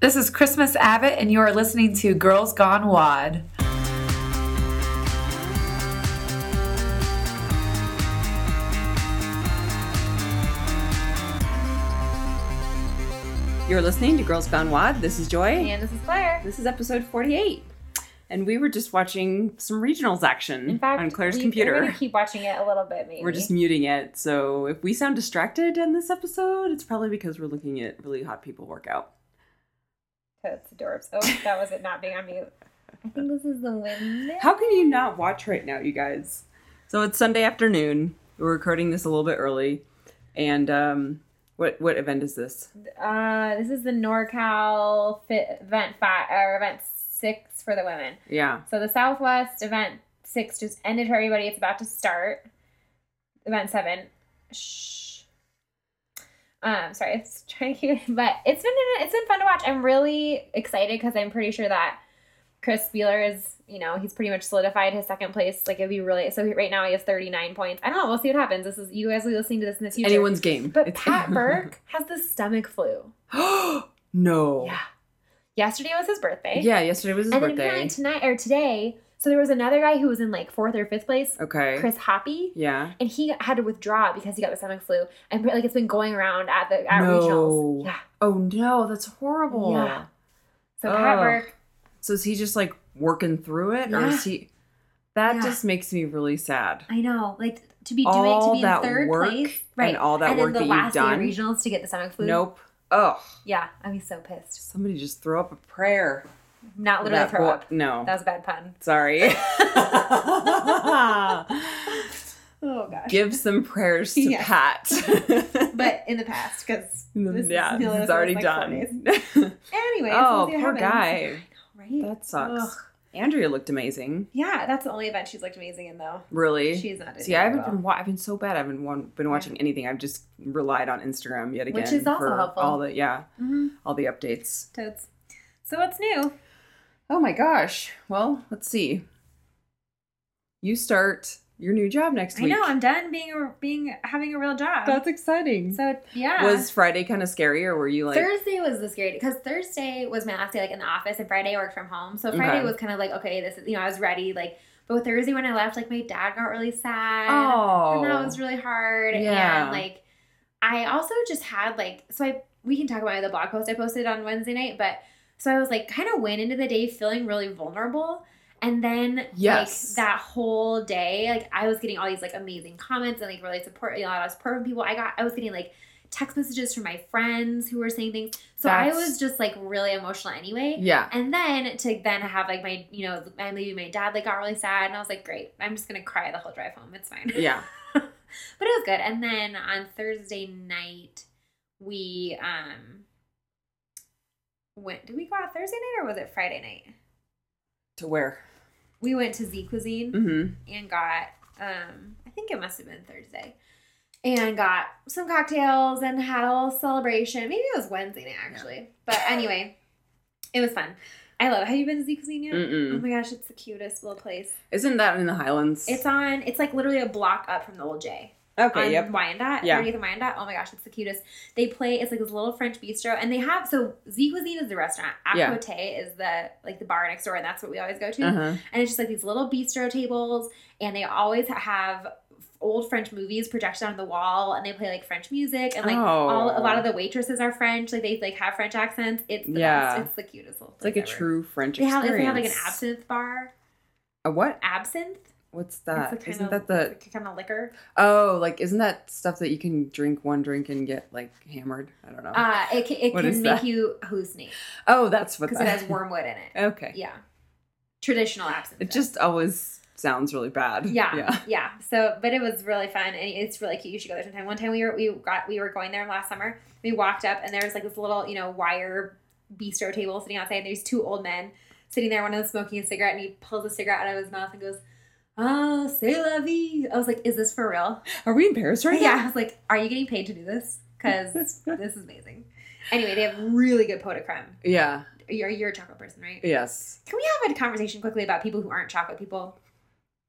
This is Christmas Abbott, and you are listening to Girls Gone Wad. You're listening to Girls Gone Wad. This is Joy. And this is Claire. This is episode 48. And we were just watching some regionals action In fact, on Claire's we- computer. We're gonna keep watching it a little bit, maybe. We're just muting it. So if we sound distracted in this episode, it's probably because we're looking at really hot people work out. Totes adorbs. Oh, that was it not being on mute. I think this is the windmill. How can you not watch right now, you guys? So it's Sunday afternoon. We're recording this a little bit early. And um, what what event is this? Uh, this is the NorCal fit, event five or event six for the women. Yeah. So the Southwest event six just ended for everybody. It's about to start. Event seven. Shh. Um, sorry, it's trying to, but it's been it's been fun to watch. I'm really excited because I'm pretty sure that Chris Spieler is, you know, he's pretty much solidified his second place. Like it'd be really so he, right now he has 39 points. I don't know. We'll see what happens. This is you guys will be listening to this in the future. Anyone's game. but It's- Pat Burke has the stomach flu. no. Yeah. Yesterday was his birthday. Yeah, yesterday was his And then birthday. apparently tonight or today, so there was another guy who was in like fourth or fifth place, Okay. Chris Hoppy, Yeah. and he had to withdraw because he got the stomach flu. And like it's been going around at the at No. regionals. Yeah. Oh no, that's horrible. Yeah. So Pat Ugh. Burke, So is he just like working through it, or Yeah. is he? That Yeah. just makes me really sad. I know, like to be doing All to be in that third work place, and right? all that and then work that the you've last done. day of regionals to get the stomach flu. Nope. Oh, Yeah, I'd be so pissed. somebody just throw up a prayer. Not literally That throw boy- up. No, That was a bad pun. sorry. Oh gosh. Give some prayers to Yes. Pat. But in the past, because yeah, it's already done. Anyway, oh, poor guy. Right. That sucks. Andrea looked amazing. Yeah, that's the only event she's looked amazing in though. Really. She's not. doing See, I very haven't well. been. Wa- I've been so bad. I haven't won- been watching anything. I've just relied on Instagram yet again, Which is also for helpful. all the yeah, Mhm. all the updates. Totes. So what's new? Oh my gosh. Well, let's see. You start your new job next I week. know I'm done being a, being having a real job. That's exciting. so yeah. Was Friday kind of scary, or were you like? Thursday was the scary because Thursday was my last day like in the office and Friday I worked from home. So Friday Okay. was kind of like okay, this is you know I was ready like. But Thursday when I left, like my dad got really sad. oh, and that was really hard. Yeah. And like, I also just had like, so I we can talk about the blog post I posted on Wednesday night, but so I was like kind of went into the day feeling really vulnerable. And then Yes. like that whole day, like I was getting all these like amazing comments and like really support, you know, a lot of support from people. I got I was getting like text messages from my friends who were saying things. So I That's- was just like really emotional anyway. yeah. And then to then have like my you know I'm leaving my dad like got really sad and I was like great I'm just gonna cry the whole drive home it's fine Yeah. but it was good. And then on Thursday night, we um went. Did we go out Thursday night or was it Friday night? To where? We went to Z Cuisine Mm-hmm. and got um I think it must have been Thursday. And got some cocktails and had a little celebration. Maybe it was Wednesday night actually. But anyway, it was fun. I love it. Have you been to Z Cuisine yet? Oh Mm-mm. my gosh, it's the cutest little place. Isn't that in the Highlands? It's on it's like literally a block up from the old J. okay. on Yep. Wyandotte, Yeah. yeah. 30th and Wyandotte. Oh my gosh, it's the cutest. They play, it's like this little French bistro, and they have, so Z Cuisine is the restaurant. Yeah. Aquate is the, like the bar next door, and that's what we always go to. Uh-huh. And it's just like these little bistro tables, and they always ha- have old French movies projected on the wall, and they play like French music, and like all, a Oh. lot of the waitresses are French, like they like have French accents. It's the Yeah. yeah. It's the cutest little It's like a place ever. true French They have, experience. they have like an absinthe bar. A what? Absinthe? What's that? it's a Uh, Isn't kind that of, the kind of liquor. Oh, like isn't that stuff that you can drink one drink and get like hammered? I don't know. Uh, it can, it What is can make that? you hallucinate. oh, that's what because that. it has wormwood in it. okay. Yeah, traditional absinthe. It just always sounds really bad. yeah, Yeah. yeah, So, but it was really fun, and it's really cute. You should go there sometime. One time we were we got we were going there last summer. We walked up, and there was like this little you know wire bistro table sitting outside. And there's two old men sitting there. One of them smoking a cigarette, and he pulls a cigarette out of his mouth and goes, "Ah, c'est la vie." I was like, "Is this for real?" Are we in Paris right Yeah, I was like, "Are you getting paid to do this?" Because this is amazing. Anyway, they have really good pot de creme. now? Yeah. You're you're a chocolate person, right? Yes. Can we have a conversation quickly about people who aren't chocolate people?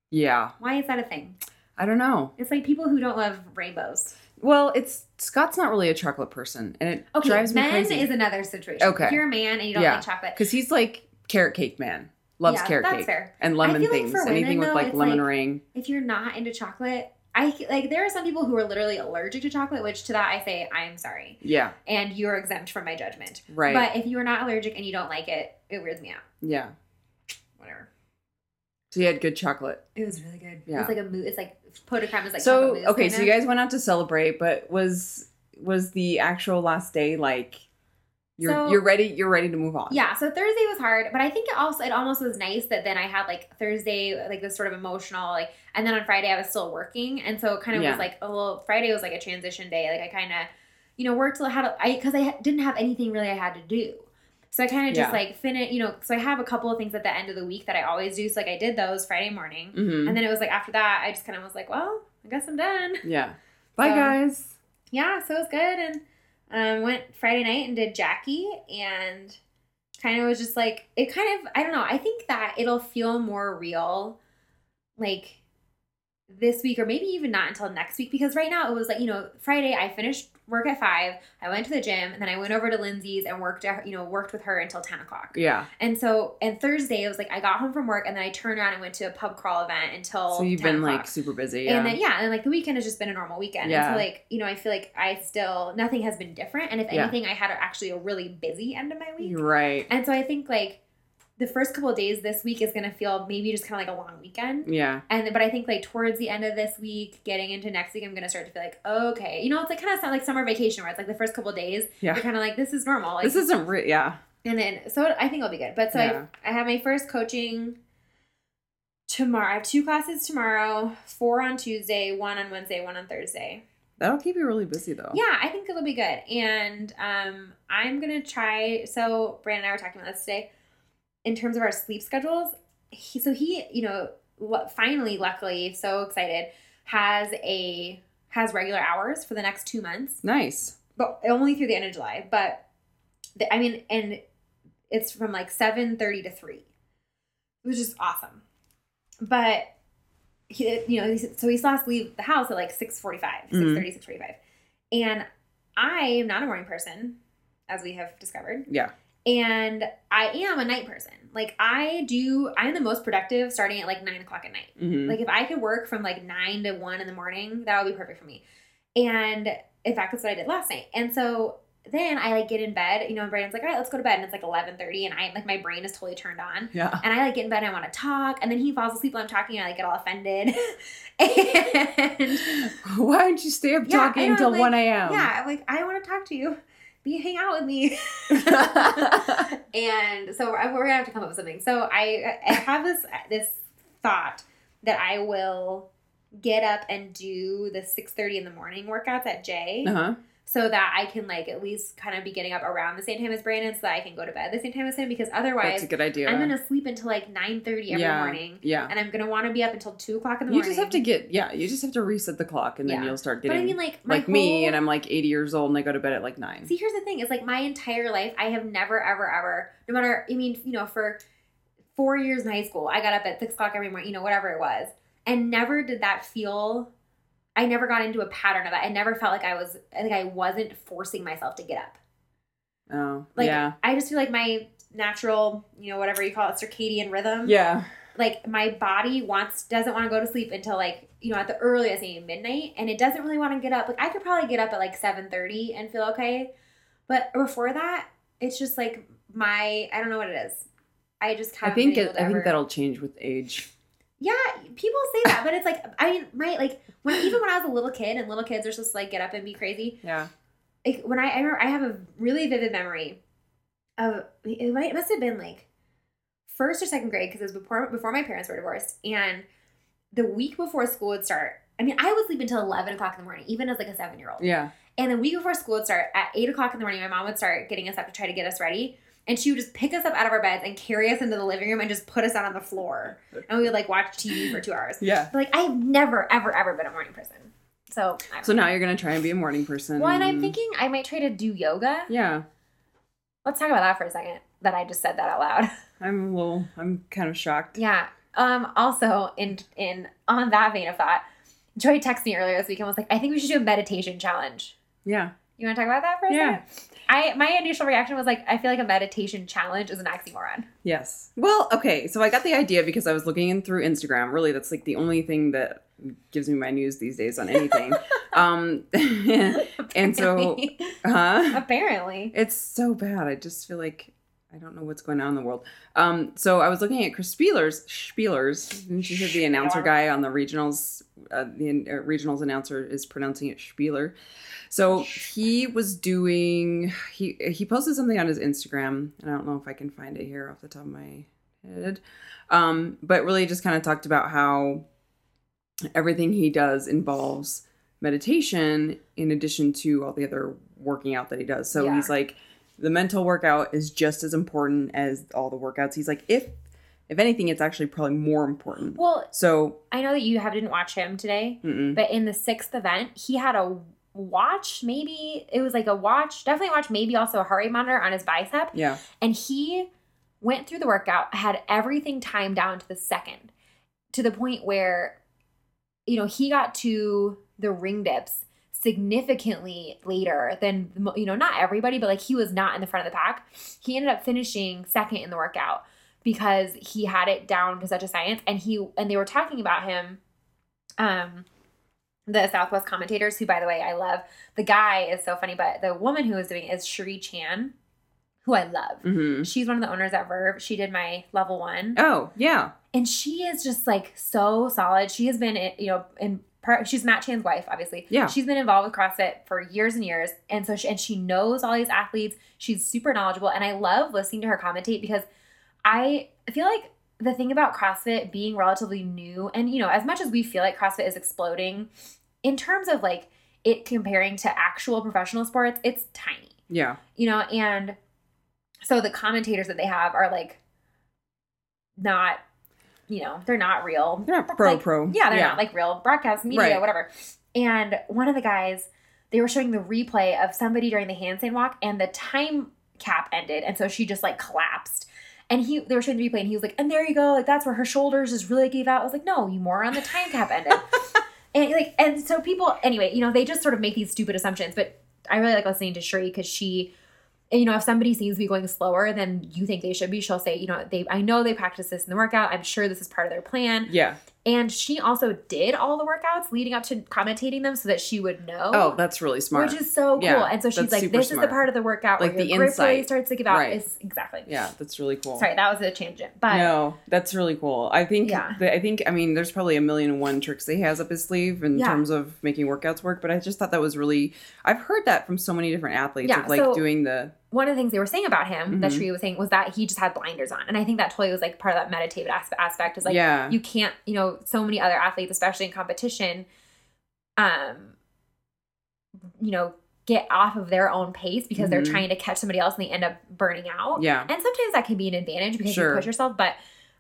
Yeah. Why is that a thing? I don't know. It's like people who don't love rainbows. Well, it's Scott's not really a chocolate person, and it Okay, drives me men crazy. is another situation. Okay. If you're a man and you don't Yeah. like chocolate, because he's like carrot cake man, loves Yeah, carrot that's cake fair. and lemon feel like things, for women, anything with though, like it's lemon like- ring. if you're not into chocolate, I like there are some people who are literally allergic to chocolate, which to that I say I'm sorry, Yeah, and you're exempt from my judgment. right. But if you are not allergic and you don't like it, it weirds me out. yeah, Whatever. so he had good chocolate. It was really good. Yeah. It's like a mood. It's like pot de creme is like so chocolate mousse, okay, kinda. so you guys went out to celebrate, but was was the actual last day like you're So- you're ready you're ready to move on? Yeah, so Thursday was hard, but I think it also it almost was nice that then I had like Thursday like this sort of emotional like, and then on Friday I was still working, and so it kind of Yeah. was like a little Friday was like a transition day. Like I kind of, you know, worked till I had a- I because I ha- didn't have anything really I had to do, so I kind of just Yeah. like finish. You know, so I have a couple of things at the end of the week that I always do. So like I did those Friday morning, hmm and then it was like after that I just kind of was like, well, I guess I'm done. Yeah. Bye So- guys. yeah, so it was good and um, went Friday night and did Jackie and kind of was just like it kind of I don't know I think that it'll feel more real like this week or maybe even not until next week because right now it was like you know Friday I finished work at five I went to the gym and then I went over to Lindsay's and worked at, you know worked with her until ten o'clock Yeah. and so and Thursday it was like I got home from work and then I turned around and went to a pub crawl event until So you've 10 been o'clock. like super busy. Yeah. And then yeah, and like the weekend has just been a normal weekend. Yeah. And so like, you know, I feel like I still nothing has been different. And if Yeah. anything, I had a- actually a really busy end of my week. You're right. And so I think like the first couple of days this week is gonna feel maybe just kind of like a long weekend. Yeah. And but I think like towards the end of this week, getting into next week, I'm gonna start to feel like okay, you know, it's like kind of sound like summer vacation where it's like the first couple of days Yeah. you're kind of like this is normal. Like, this isn't real. Yeah. and then, so I think I'll be good. But so Yeah. I, I have my first coaching tomorrow. I have two classes tomorrow, four on Tuesday, one on Wednesday, one on Thursday. That'll keep you really busy though. Yeah, I think it'll be good. And um, I'm going to try. So Brandon and I were talking about this today in terms of our sleep schedules. He, so he, you know, lu- finally, luckily, so excited, has a has regular hours for the next two months Nice. but only through the end of July. But the, I mean, and it's from like seven thirty to three, which is awesome. But he, you know, he said- so he still has to leave the house at like 6.45, 6.30, 6.45. And I am not a morning person, as we have discovered. Yeah. And I am a night person. Like I do, I am the most productive starting at like nine o'clock at night. hmm Like if I could work from like nine to one in the morning, that would be perfect for me. And in fact, that's what I did last night. And so then I like get in bed, you know, and Brandon's like, all right, let's go to bed. And it's like eleven thirty, and I like my brain is totally turned on. yeah. And I like get in bed and I want to talk. And then he falls asleep while I'm talking and I like get all offended. and Why don't you stay up Yeah, I talking know, until like, 1 a.m.? yeah, I'm like, I want to talk to you. Be hang out with me. and so we're, we're gonna have to come up with something. So I, I have this this thought that I will get up and do the six thirty in the morning workouts at J, Uh-huh. so that I can like at least kind of be getting up around the same time as Brandon, so that I can go to bed at the same time as him. Because That's otherwise, a good idea. I'm gonna sleep until like nine thirty every Yeah. morning, yeah. and I'm gonna want to be up until two o'clock in the You morning. just have to get, yeah, you just have to reset the clock and then Yeah. you'll start But getting I mean, like my like me whole- and I'm like 80 years old and I go to bed at like 9. See, here's the thing. It's like my entire life, I have never, ever, ever, no matter, I mean, you know, for four years in high school, I got up at six o'clock every morning, you know, whatever it was. And never did that feel, I never got into a pattern of that. I never felt like I was, like I wasn't forcing myself to get up. oh, Like, yeah. I just feel like my natural, you know, whatever you call it, circadian rhythm. Yeah. Like my body wants, doesn't want to go to sleep until like, you know, at the earliest, maybe midnight. And it doesn't really want to get up. Like I could probably get up at like 7.30 and feel okay. But before that, it's just like my I don't know what it is. I just I have. think it, I think that'll change with age. Yeah, people say that, but it's like I mean, right? Like when even when I was a little kid, and little kids are supposed to like get up and be crazy. Yeah. Like when I I, remember, I have a really vivid memory of it, might, it must have been like first or second grade because it was before before my parents were divorced, and the week before school would start. I mean, I would sleep until eleven o'clock in the morning, even as like a seven year old. Yeah. And the week before school would start at eight o'clock in the morning, my mom would start getting us up to try to get us ready. And she would just pick us up out of our beds and carry us into the living room and just put us out on the floor. And we would like watch TV for two hours. Yeah. But, like I've never, ever, ever been a morning person. So, I don't So know. now Mm. you're going to try and be a morning person. well, and I'm thinking I might try to do yoga. Yeah. Let's talk about that for a second. That I just said that out loud. I'm a little, I'm kind of shocked. Yeah. Um, also in in on that vein of thought, Joy texted me earlier this weekend was like, I think we should do a meditation challenge. Yeah. You want to talk about that for a Yeah. second? I my initial reaction was like, I feel like a meditation challenge is an oxymoron. Yes. Well, okay. So I got the idea because I was looking in through Instagram. Really, that's like the only thing that gives me my news these days on anything. um, and so, huh? apparently, It's so bad. I just feel like I don't know what's going on in the world. Um, so I was looking at Chris Spielers, Spielers. Didn't you hear the announcer guy on the regionals? Uh, the uh, regionals announcer is pronouncing it Spieler. So he was doing. He he posted something on his Instagram, and I don't know if I can find it here off the top of my head. Um, but really, just kind of talked about how everything he does involves meditation in addition to all the other working out that he does. So Yeah. he's like, the mental workout is just as important as all the workouts. He's like, if if anything, it's actually probably more important. well, So I know that you have didn't watch him today, mm-mm. but in the sixth event, he had a watch. Maybe it was like a watch, definitely a watch. Maybe also a heart rate monitor on his bicep. yeah, And he went through the workout, had everything timed down to the second, to the point where, you know, he got to the ring dips significantly later than, the mo- you know, not everybody, but like he was not in the front of the pack. He ended up finishing second in the workout because he had it down to such a science. And he, and they were talking about him, um, the Southwest commentators, who, by the way, I love. The guy is so funny, but the woman who was doing it is Sheree Chan, who I love. hmm She's one of the owners at Verve. She did my level one, oh yeah, and she is just like so solid. She has been, in- you know, in part. She's Matt Chan's wife, obviously. Yeah. she's been involved with CrossFit for years and years, and so she, and she knows all these athletes. She's super knowledgeable, and I love listening to her commentate because I feel like the thing about CrossFit being relatively new, and you know, as much as we feel like CrossFit is exploding, in terms of like it comparing to actual professional sports, it's tiny yeah, you know and so the commentators that they have are like not you know they're not real they're not pro like, pro. yeah they're not like real broadcast media Right. whatever and one of the guys they were showing the replay of somebody during the handstand walk and the time cap ended and so she just like collapsed and he they were showing the replay and he was like and there you go like that's where her shoulders just really gave out i was like no you moron the time cap ended and like and so people anyway you know they just sort of make these stupid assumptions but i really like listening to Sheree because she you know if somebody seems me going slower than you think they should be she'll say you know they i know they practice this in the workout i'm sure this is part of their plan yeah. and she also did all the workouts leading up to commentating them so that she would know Oh, that's really smart. which is so cool Yeah, and so she's that's like super this is smart. the part of the workout Like where the your grip really insight. starts to give out Right. It's- exactly yeah, that's really cool. sorry that was a tangent but no, that's really cool. I think Yeah. that, I think I mean there's probably a million and one tricks that he has up his sleeve in Yeah. terms of making workouts work, but I just thought that was really I've heard that from so many different athletes Yeah, of like so- doing the one of the things they were saying about him that Mhm. Sheree was saying was that he just had blinders on. And I think that totally was like part of that meditative aspect, aspect is like, yeah. you can't, you know, so many other athletes, especially in competition, um, you know, get off of their own pace because they're Mhm. trying to catch somebody else and they end up burning out. yeah. And sometimes that can be an advantage because Sure. you push yourself, but,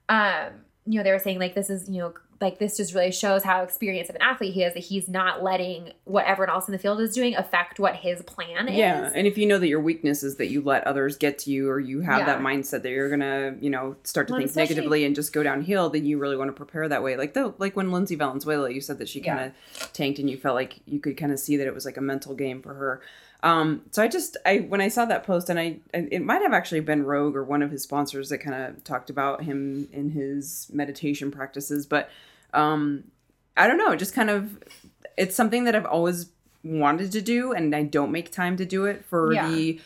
um, you know, they were saying like, this is, you know, like this just really shows how experienced of an athlete he is that he's not letting what everyone else in the field is doing affect what his plan is. Yeah, and if you know that your weakness is that you let others get to you, or you have Yeah. that mindset that you're gonna, you know, start to Well, think especially- negatively and just go downhill, then you really want to prepare that way. Like the like when Lindsay Valenzuela, you said that she Yeah. kind of tanked, and you felt like you could kind of see that it was like a mental game for her. Um, so I just I when I saw that post, and I and it might have actually been Rogue or one of his sponsors that kind of talked about him in his meditation practices, but um, I don't know, just kind of it's something that I've always wanted to do and I don't make time to do it for Yeah. the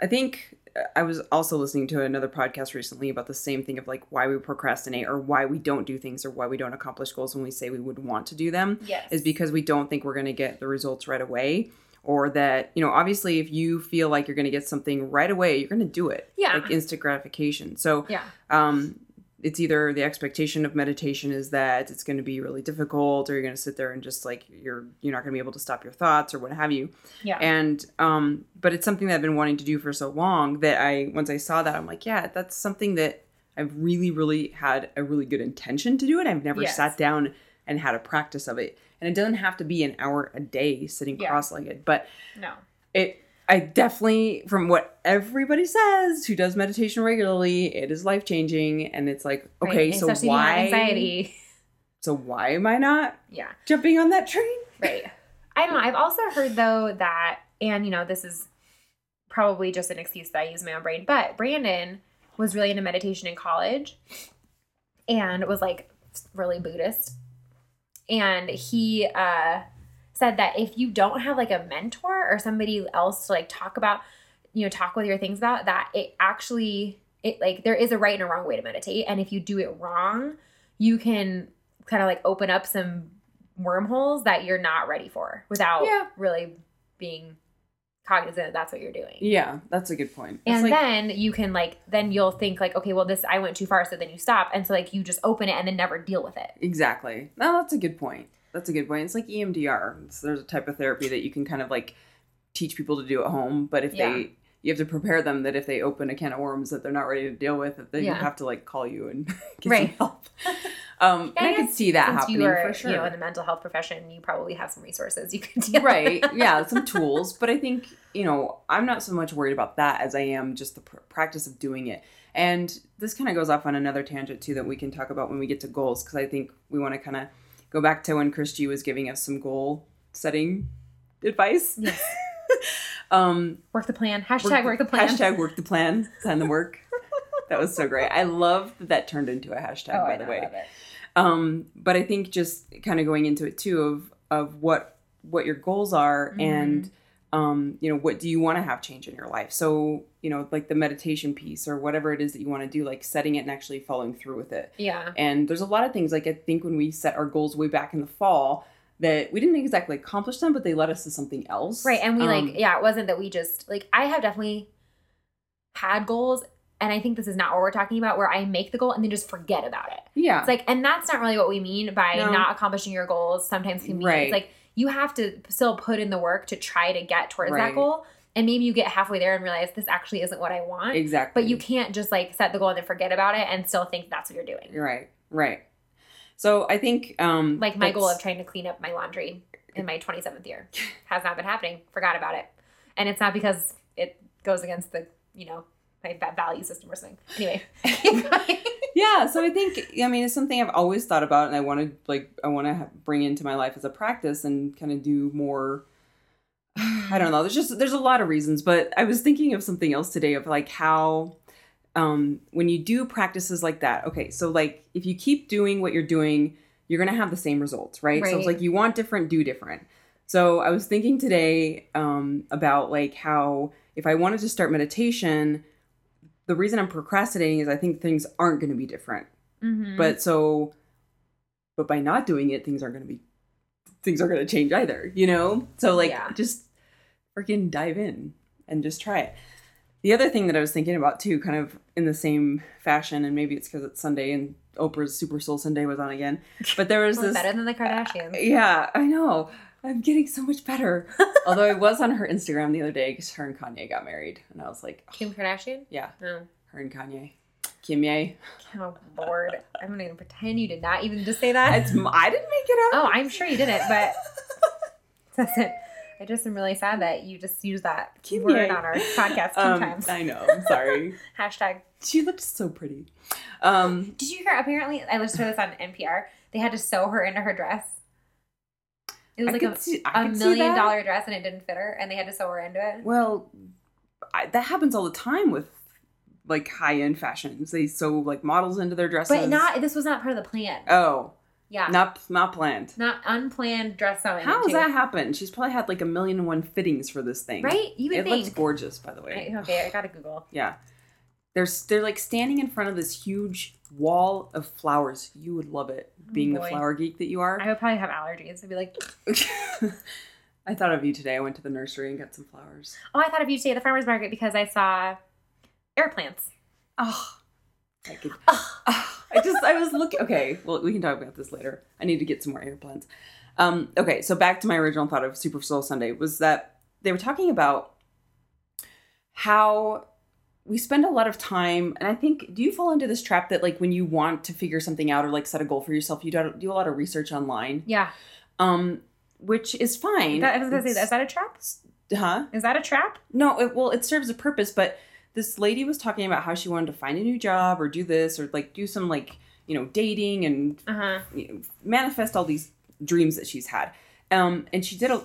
I think uh, I was also listening to another podcast recently about the same thing of like why we procrastinate or why we don't do things or why we don't accomplish goals when we say we would want to do them Yes. is because we don't think we're going to get the results right away or that you know obviously if you feel like you're going to get something right away you're going to do it Yeah. like instant gratification so yeah. um it's either the expectation of meditation is that it's going to be really difficult or you're going to sit there and just like you're you're not going to be able to stop your thoughts or what have you Yeah. and um but it's something that i've been wanting to do for so long that i once i saw that i'm like yeah that's something that i've really really had a really good intention to do it i've never Yes. sat down and had a practice of it and it doesn't have to be an hour a day sitting Yeah. cross-legged but no. it I definitely from what everybody says who does meditation regularly, it is life changing and it's like, okay, Right, so especially if you have why anxiety? So why am I not Yeah. jumping on that train? Right. I don't know. I've also heard though that, and you know, this is probably just an excuse that I use in my own brain, but Brandon was really into meditation in college and was like really Buddhist. And he uh, said that if you don't have like a mentor or somebody else to like talk about, you know, talk with your things about, that it actually, it like, there is a right and a wrong way to meditate. And if you do it wrong, you can kind of like open up some wormholes that you're not ready for without Yeah. really being cognizant that that's what you're doing. Yeah, that's a good point. It's And like, then you can like then you'll think like okay well this I went too far so then you stop and so like you just open it and then never deal with it. exactly. No, that's a good point. That's a good point. It's like E EMDR. It's, there's a type of therapy that you can kind of like teach people to do at home, but if Yeah. they you have to prepare them that if they open a can of worms that they're not ready to deal with, that they Yeah. have to like call you and get Right. some help. Um, Yeah, and I I, could guess see that Since happening you are for sure. you know in the mental health profession you probably have some resources you can deal right yeah some tools but i think you know i'm not so much worried about that as i am just the pr- practice of doing it and this kind of goes off on another tangent too that we can talk about when we get to goals because i think we want to kind of go back to when christy was giving us some goal setting advice Yes. um Work the plan. Hashtag work, the plan. hashtag work the plan sign the work that was so great i love that that turned into a hashtag oh, by I the know, way love it. um but i think just kind of going into it too of of what what your goals are Mm-hmm. and um you know what do you want to have change in your life so you know like the meditation piece or whatever it is that you want to do like setting it and actually following through with it Yeah. and there's a lot of things like i think when we set our goals way back in the fall that we didn't exactly accomplish them but they led us to something else Right. And we Um, like, yeah, it wasn't that we just, like, I have definitely had goals. And I think this is not what we're talking about, where I make the goal and then just forget about it. yeah It's like, and that's not really what we mean by No. not accomplishing your goals. Sometimes can be, Right. it's like you have to still put in the work to try to get towards Right. that goal. And maybe you get halfway there and realize this actually isn't what I want. exactly But you can't just like set the goal and then forget about it and still think that's what you're doing. you're right right so i think um Like my goal that's- of trying to clean up my laundry in my 27th year has not been happening. Forgot about it. And it's not because it goes against the, you know, my va- value system or something. Anyway. Mm-hmm. yeah so i think i mean it's something i've always thought about and i want to like i want to bring into my life as a practice and kind of do more i don't know there's just there's a lot of reasons but i was thinking of something else today of like how um when you do practices like that okay so like if you keep doing what you're doing you're gonna have the same results right, so Right. it's like you want different do different so i was thinking today um about like how if i wanted to start meditation the reason i'm procrastinating is i think things aren't gonna be different Mhm. but so but by not doing it things aren't going to be things aren't going to change either you know so like Yeah. just freaking dive in and just try it the other thing that i was thinking about too kind of in the same fashion and maybe it's because it's sunday and oprah's super soul sunday was on again but there was Well, this better than the Kardashians. yeah i know i'm getting so much better although i was on her instagram the other day because her and kanye got married and i was like oh, Kim Kardashian? yeah Oh, her and kanye kim yay oh Lord. I'm not even pretend you did not even just say that. it's i didn't make it up Oh, I'm sure you didn't, but that's it. I just am really sad that you just used that Kim word Ye. on our podcast two Um, times. I know. I'm sorry. Hashtag. she looked so pretty. Um, Did you hear? Apparently, I listened to this on NPR. They had to sew her into her dress. It was I like could a, see- I a could see million that. dollar dress and it didn't fit her, and they had to sew her into it. well, I, that happens all the time with like high end fashions. They sew like models into their dresses. But not. This was not part of the plan. Oh, yeah. Not, not not planned. unplanned dress sewing. How has too. that happened? She's probably had like a million and one fittings for this thing. Right? You would It think. looks gorgeous, by the way. I- okay, I gotta Google. Yeah. They're, s- they're like standing in front of this huge wall of flowers. You would love it, being the Oh, boy. flower geek that you are. I would probably have allergies. I'd be like, I thought of you today. I went to the nursery and got some flowers. oh, I thought of you today at the farmer's market because I saw air plants. Oh, I could. Ah, I just, I was looking. Okay, well, we can talk about this later. I need to get some more airplanes. Um, okay, so back to my original thought of Super Soul Sunday was that they were talking about how we spend a lot of time, and I think, do you fall into this trap that like when you want to figure something out or like set a goal for yourself, you don't do a lot of research online, Yeah. um, which is fine. That, I was gonna say, It's- is that a trap? huh? Is that a trap? No, it, well, it serves a purpose, but this lady was talking about how she wanted to find a new job or do this or like do some like you know, dating and Uh huh. you know, manifest all these dreams that she's had. Um, and she did a,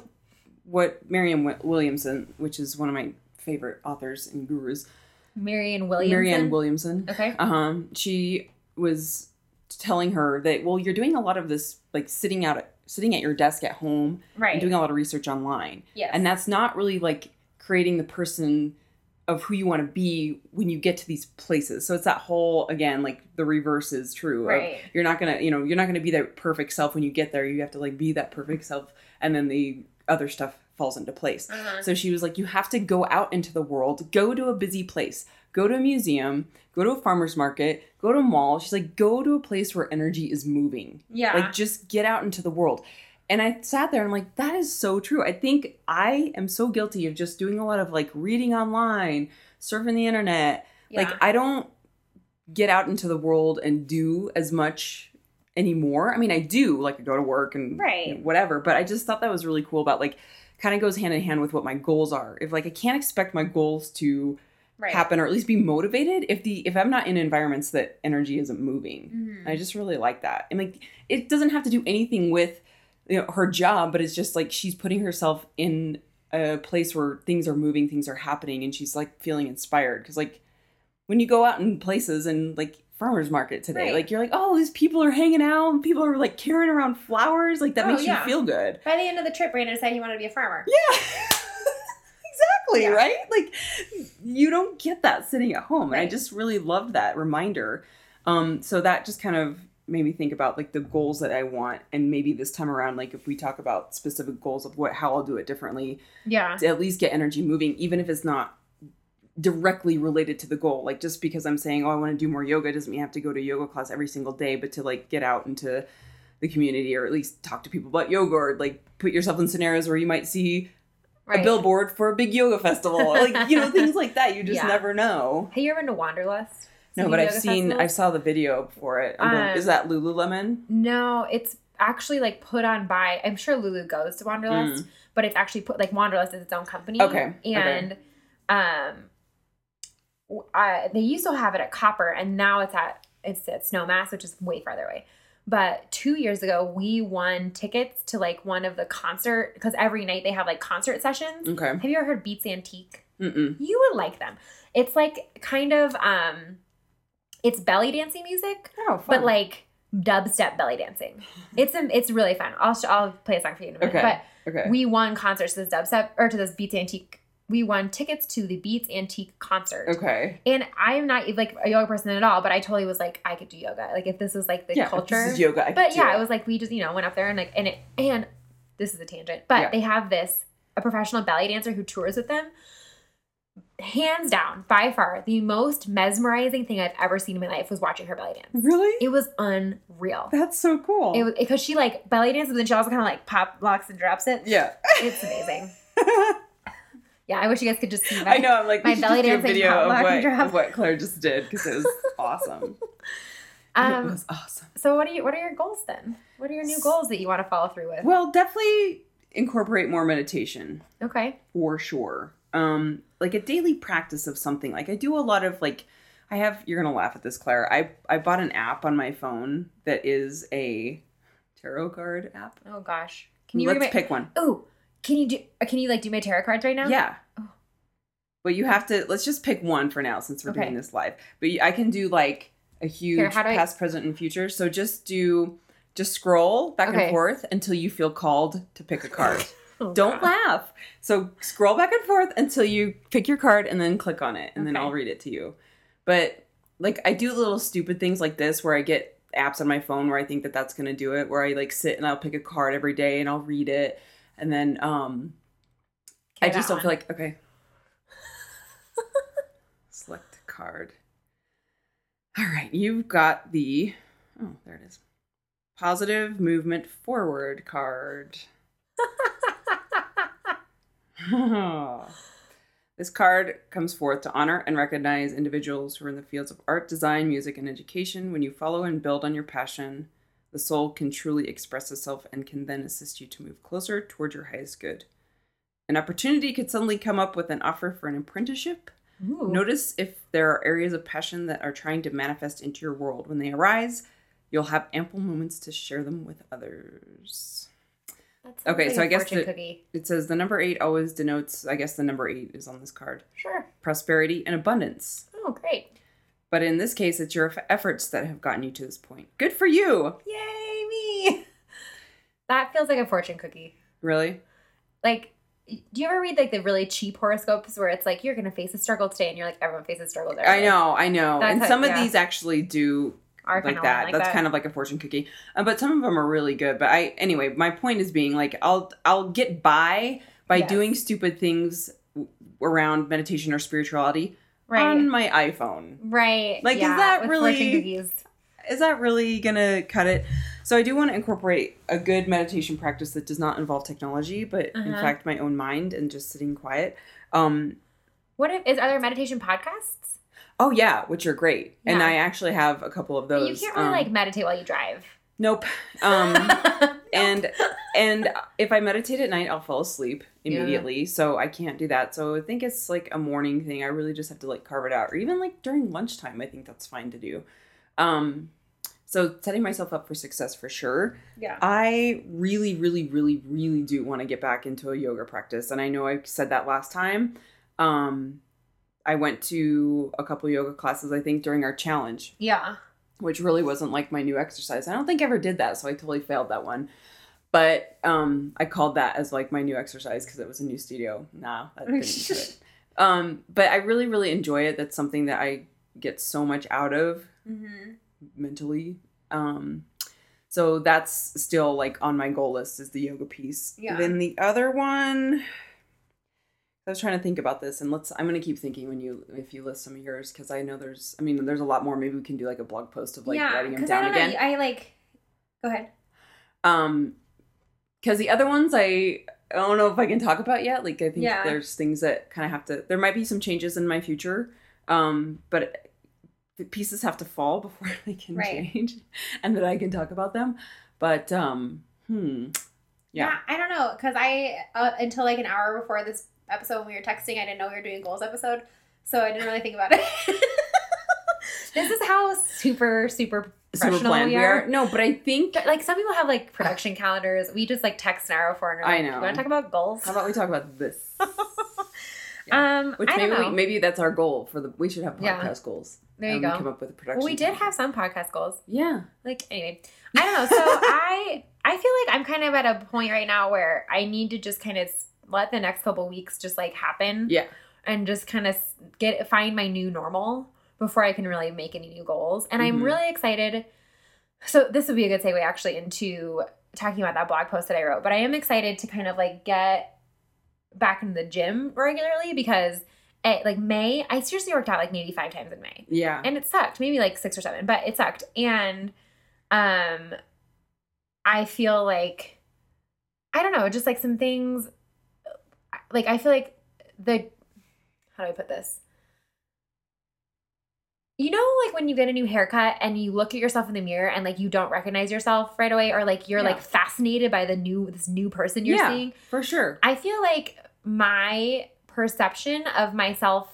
what Miriam Wi- Williamson, which is one of my favorite authors and gurus, Marianne Williams. Marianne Williamson. Okay. Uh huh. She was telling her that well, you're doing a lot of this like sitting out at, sitting at your desk at home and Right. doing a lot of research online, yes. and that's not really like creating the person of who you want to be when you get to these places. So it's that whole again like the reverse is true. of Right. you're not gonna you know you're not gonna be that perfect self when you get there. You have to like be that perfect self, and then the other stuff falls into place. Uh-huh. So she was like, you have to go out into the world, go to a busy place, go to a museum, go to a farmer's market, go to a mall. She's like, go to a place where energy is moving. Yeah. Like, just get out into the world. And I sat there and I'm like, that is so true. I think I am so guilty of just doing a lot of like reading online, surfing the internet. yeah. Like, I don't get out into the world and do as much anymore. I mean, I do, like, I go to work and Right. you know, whatever, but I just thought that was really cool about like, kind of goes hand in hand with what my goals are. If like I can't expect my goals to right. happen or at least be motivated if the if I'm not in environments that energy isn't moving. Mhm. I just really like that. And like it doesn't have to do anything with you know, her job, but it's just like she's putting herself in a place where things are moving, things are happening, and she's like feeling inspired. Cause like when you go out in places and like farmers market today, Right. like you're like, oh, these people are hanging out, and people are like carrying around flowers, like that Oh, makes yeah. you feel good. By the end of the trip, Brandon decided he wanted to be a farmer. Yeah. exactly, Yeah. right? Like you don't get that sitting at home. And I Right. just really loved that reminder. Um, so that just kind of made me think about like the goals that I want and maybe this time around, like if we talk about specific goals of what how I'll do it differently, Yeah. to at least get energy moving, even if it's not directly related to the goal. Like just because I'm saying, oh, I want to do more yoga doesn't mean I have to go to yoga class every single day, but to like get out into the community or at least talk to people about yoga or like put yourself in scenarios where you might see Right. a billboard for a big yoga festival like you know things like that you just Yeah. never know Have you ever been to Wanderlust? no City but i've Yoga seen Festival? i saw the video for it I'm going- Um, is that lululemon No, it's actually like put on by. I'm sure Lulu goes to Wanderlust, but it's actually put like Wanderlust is its own company. Mm. Okay, okay. And um, w- I, they used to have it at Copper, and now it's at it's at Snowmass, which is way farther away. But two years ago, we won tickets to like one of the concert because every night they have like concert sessions. okay Have you ever heard Beats Antique? Mm-mm. You would like them. It's like kind of um, it's belly dancing music oh fun. but like dubstep belly dancing. It's um, it's really fun. I'll sh- I'll play a song for you in a minute. Okay. But okay we won concerts to this dubstep or to this Beats Antique. We won tickets to the Beats Antique concert. okay And I'm not e, like a yoga person at all, but I totally was like, I could do yoga. Like if this was like the yeah if culture. this is yoga I but could yeah, do it was like we just you know went up there and like and it and this is a tangent, but Yeah. they have this a professional ballet dancer who tours with them. Hands down, by far the most mesmerizing thing I've ever seen in my life was watching her belly dance. really It was unreal. that's so cool It was because she like belly dances, but then she also kind of like pop locks and drops it. yeah it's amazing. Yeah, I wish you guys could just see that. i know i'm like we my should belly just do a dancing video potluck of what, and drop. of what claire just did because it was awesome it Um, was awesome so what are you? What are your goals then? What are your new goals that you want to follow through with? well definitely incorporate more meditation Okay. for sure. Um, like a daily practice of something. Like I do a lot of like I have you're gonna laugh at this, Claire. I I bought an app on my phone that is a tarot card app. Oh gosh. Can you Let's read my? pick one. Oh, can you do? uh, Can you like do my tarot cards right now? Yeah. Oh. But you have to let's just pick one for now since we're Okay. doing this live. But you- I can do like a huge how do I- past, present, and future. So just do just scroll back Okay. and forth until you feel called to pick a card. Oh, Don't God. laugh. So scroll back and forth until you pick your card and then click on it and then Okay. I'll read it to you. But like I do little stupid things like this where I get apps on my phone where I think that that's going to do it where I like sit and I'll pick a card every day and I'll read it and then um I Okay, just that don't feel one. like okay. Select card. All right, you've got the oh, there it is. Positive movement forward card. this card comes forth to honor and recognize individuals who are in the fields of art, design, music, and education. When you follow and build on your passion, the soul can truly express itself and can then assist you to move closer toward your highest good. An opportunity could suddenly come up with an offer for an apprenticeship. Ooh. Notice if there are areas of passion that are trying to manifest into your world. When they arise, You'll have ample moments to share them with others. That's Okay, like so a I guess fortune the- cookie. It says the number eight always denotes, I guess the number eight is on this card, Sure. prosperity and abundance. Oh, great. But in this case, it's your eff- efforts that have gotten you to this point. Good for you! Yay, me. That feels like a fortune cookie. Really? Like, do you ever read like the really cheap horoscopes where it's like you're gonna face a struggle today, and you're like everyone faces struggles. I know, I know. That's and how- some of yeah. these actually do Are like that. That's kind of like a fortune cookie. Uh, but some of them are really good. But I anyway, my point is being like I'll I'll get by by Yes. doing stupid things w- around meditation or spirituality right. on my iPhone. Right. Like, is yeah, that with really- fortune cookies? Is that really gonna cut it? So I do want to incorporate a good meditation practice that does not involve technology, but in Uh-huh. fact my own mind and just sitting quiet. Um, What if is are there meditation podcasts? oh yeah, which are great, and Yeah. I actually have a couple of But those. you can't really Um, like meditate while you drive. nope. Um, and and if I meditate at night, I'll fall asleep Yeah. immediately. So I can't do that. So I think it's like a morning thing. I really just have to like carve it out, or even like during lunchtime. I think that's fine to do. Um, so setting myself up for success for sure. yeah. I really, really, really, really do want to get back into a yoga practice, and I know I said that last time. Um, I went to a couple yoga classes. I think during our challenge, Yeah. which really wasn't like my new exercise. I don't think I ever did that, so I totally failed that one. But um, I called that as like my new exercise because it was a new studio. Nah, that didn't do it. Um, but I really, really enjoy it. That's something that I get so much out of Mm-hmm. mentally. Um, so that's still like on my goal list is the yoga piece. Yeah. Then the other one, I was trying to think about this, and let's. I'm gonna keep thinking when you if you list some of yours because I know there's. I mean, there's a lot more. Maybe we can do like a blog post of like yeah. writing them Because down I don't again. know. I like. Go ahead. Um, because the other ones I I don't know if I can talk about yet. Like I think Yeah. there's things that kind of have to. There might be some changes in my future. Um, but the pieces have to fall before they can Right. change, and that I can talk about them. But um, hmm, yeah. I don't know because I uh, until like an hour before this episode when we were texting, I didn't know we were doing goals episode, so I didn't really think about it. this is how super super Super professional planned. we are. No, but I think. But, Like some people have like production calendars. We just like text an hour before and are I like, know. You want to talk about goals? How about we talk about this? Um, Which I maybe don't know. We, maybe that's our goal for the. We should have podcast Yeah. goals. there you and go. Come up with a production. Well, we did plan. have some podcast goals. Yeah. Like anyway, I don't know. So I I feel like I'm kind of at a point right now where I need to just kind of s- let the next couple weeks just like happen. Yeah. And just kind of s- get find my new normal before I can really make any new goals. And I'm Mhm. really excited. So this would be a good segue actually into talking about that blog post that I wrote. But I am excited to kind of like get back in the gym regularly because at like May, I seriously worked out like maybe five times in May Yeah. and it sucked maybe like six or seven but it sucked and um i feel like i don't know just like some things like i feel like the how do i put this you know like when you get a new haircut and you look at yourself in the mirror and like you don't recognize yourself right away or like you're Yeah. like fascinated by the new this new person you're Yeah. seeing for sure. I feel like my perception of myself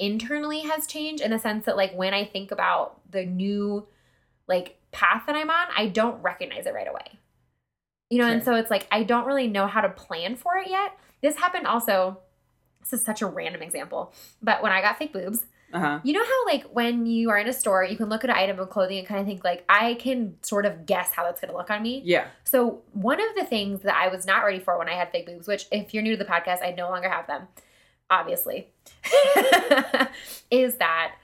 internally has changed in the sense that like when I think about the new like path that I'm on, I don't recognize it right away. You know, and Sure. so it's like I don't really know how to plan for it yet. This happened also this is such a random example, but when I got fake boobs, Uh huh. you know how like when you are in a store, you can look at an item of clothing and kind of think like I can sort of guess how that's going to look on me. Yeah. So one of the things that I was not ready for when I had fake boobs, which if you're new to the podcast, I no longer have them, obviously, is that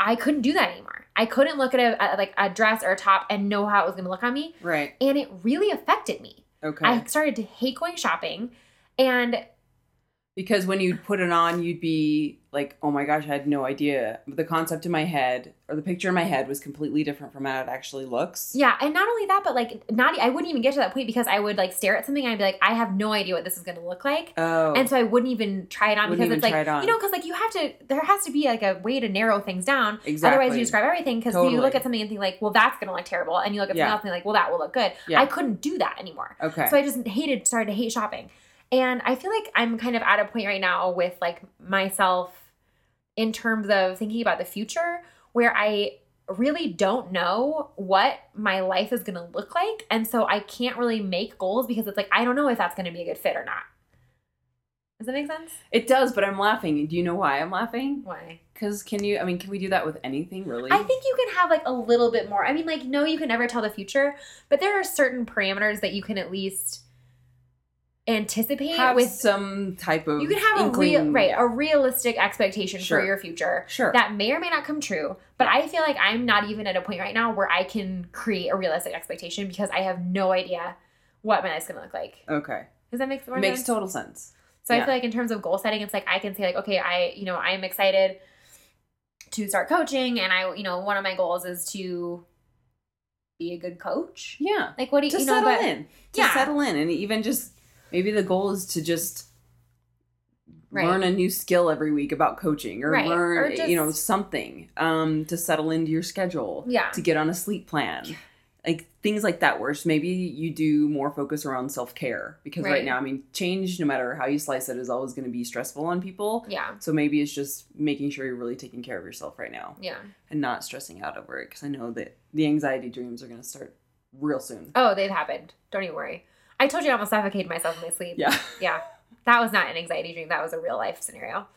I couldn't do that anymore. I couldn't look at a, a- like a dress or a top and know how it was going to look on me, Right. and it really affected me. Okay. I started to hate going shopping, and because when you'd put it on you'd be like oh my gosh i had no idea the concept in my head or the picture in my head was completely different from how it actually looks yeah, and not only that, but like not I wouldn't even get to that point because I would like stare at something and I'd be like, I have no idea what this is going to look like. oh And so I wouldn't even try it on Wouldn't because even it's like try it on. you know because like you have to there has to be like a way to narrow things down exactly Otherwise, you describe everything because you look Totally. at something and think like, "Well, that's going to look terrible," and you look at something Yeah. else and think like, "Well, that will look good." Yeah. I couldn't do that anymore, okay so I just hated started to hate shopping, and I feel like I'm kind of at a point right now with like myself in terms of thinking about the future where I really don't know what my life is going to look like. And so I can't really make goals because it's like, I don't know if that's going to be a good fit or not. Does that make sense? It does, but I'm laughing. Do you know why I'm laughing? Why? Because can you? I mean, can we do that with anything really? I think you can have like a little bit more. I mean, like, no, you can never tell the future, but there are certain parameters that you can at least anticipate have with. some type of you can have inkling, a real, right, yeah. a realistic expectation Sure. for your future sure. that may or may not come true. But I feel like I'm not even at a point right now where I can create a realistic expectation because I have no idea what my life's gonna look like. okay, Does that make more makes sense? total sense. So Yeah. I feel like in terms of goal setting, it's like I can say like, okay, I you know I am excited to start coaching, and I you know one of my goals is to be a good coach. Yeah, Like what do you, to you know? settle but in, to Yeah. settle in, and even just maybe the goal is to just Right. learn a new skill every week about coaching, or Right, learn or you know just- something um, to settle into your schedule. yeah, to get on a sleep plan. Like things like that, where maybe you do more focus around self care because right. Right. now, I mean, change, no matter how you slice it, is always going to be stressful on people. yeah, So maybe it's just making sure you're really taking care of yourself right now yeah. and not stressing out over it because I know that the anxiety dreams are going to start real soon. Oh, they've happened. Don't even worry. I told you I almost suffocated myself in my sleep. Yeah. yeah. That was not an anxiety dream. That was a real life scenario.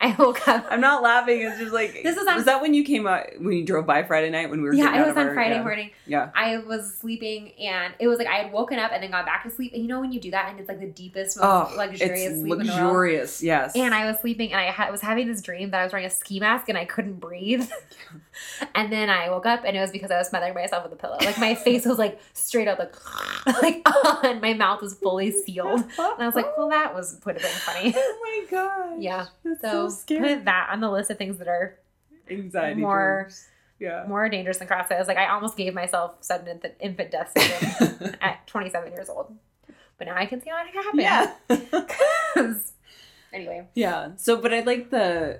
I woke up. I'm not laughing. It's just like This is on- was that when you came out when you drove by Friday night when we were yeah, getting it out was of on our- Friday yeah. morning. Yeah, I was sleeping, and it was like I had woken up and then gone back to sleep. And you know when you do that, and it's like the deepest, most oh, luxurious it's sleep in the world. luxurious. Yes, And I was sleeping, and I ha- was having this dream that I was wearing a ski mask and I couldn't breathe. and then I woke up, and it was because I was smothering myself with a pillow. Like my face was like straight up, like like and my mouth was fully sealed. And I was like, well, that was would have been funny. oh my god. Yeah, That's So, put that on the list of things that are Anxiety more- dreams. Yeah. more dangerous than CrossFit. I was like, I almost gave myself sudden infant, infant death syndrome. at 27 years old. But now I can see how it happened. yeah. 'Cause- anyway, yeah. So, but I like the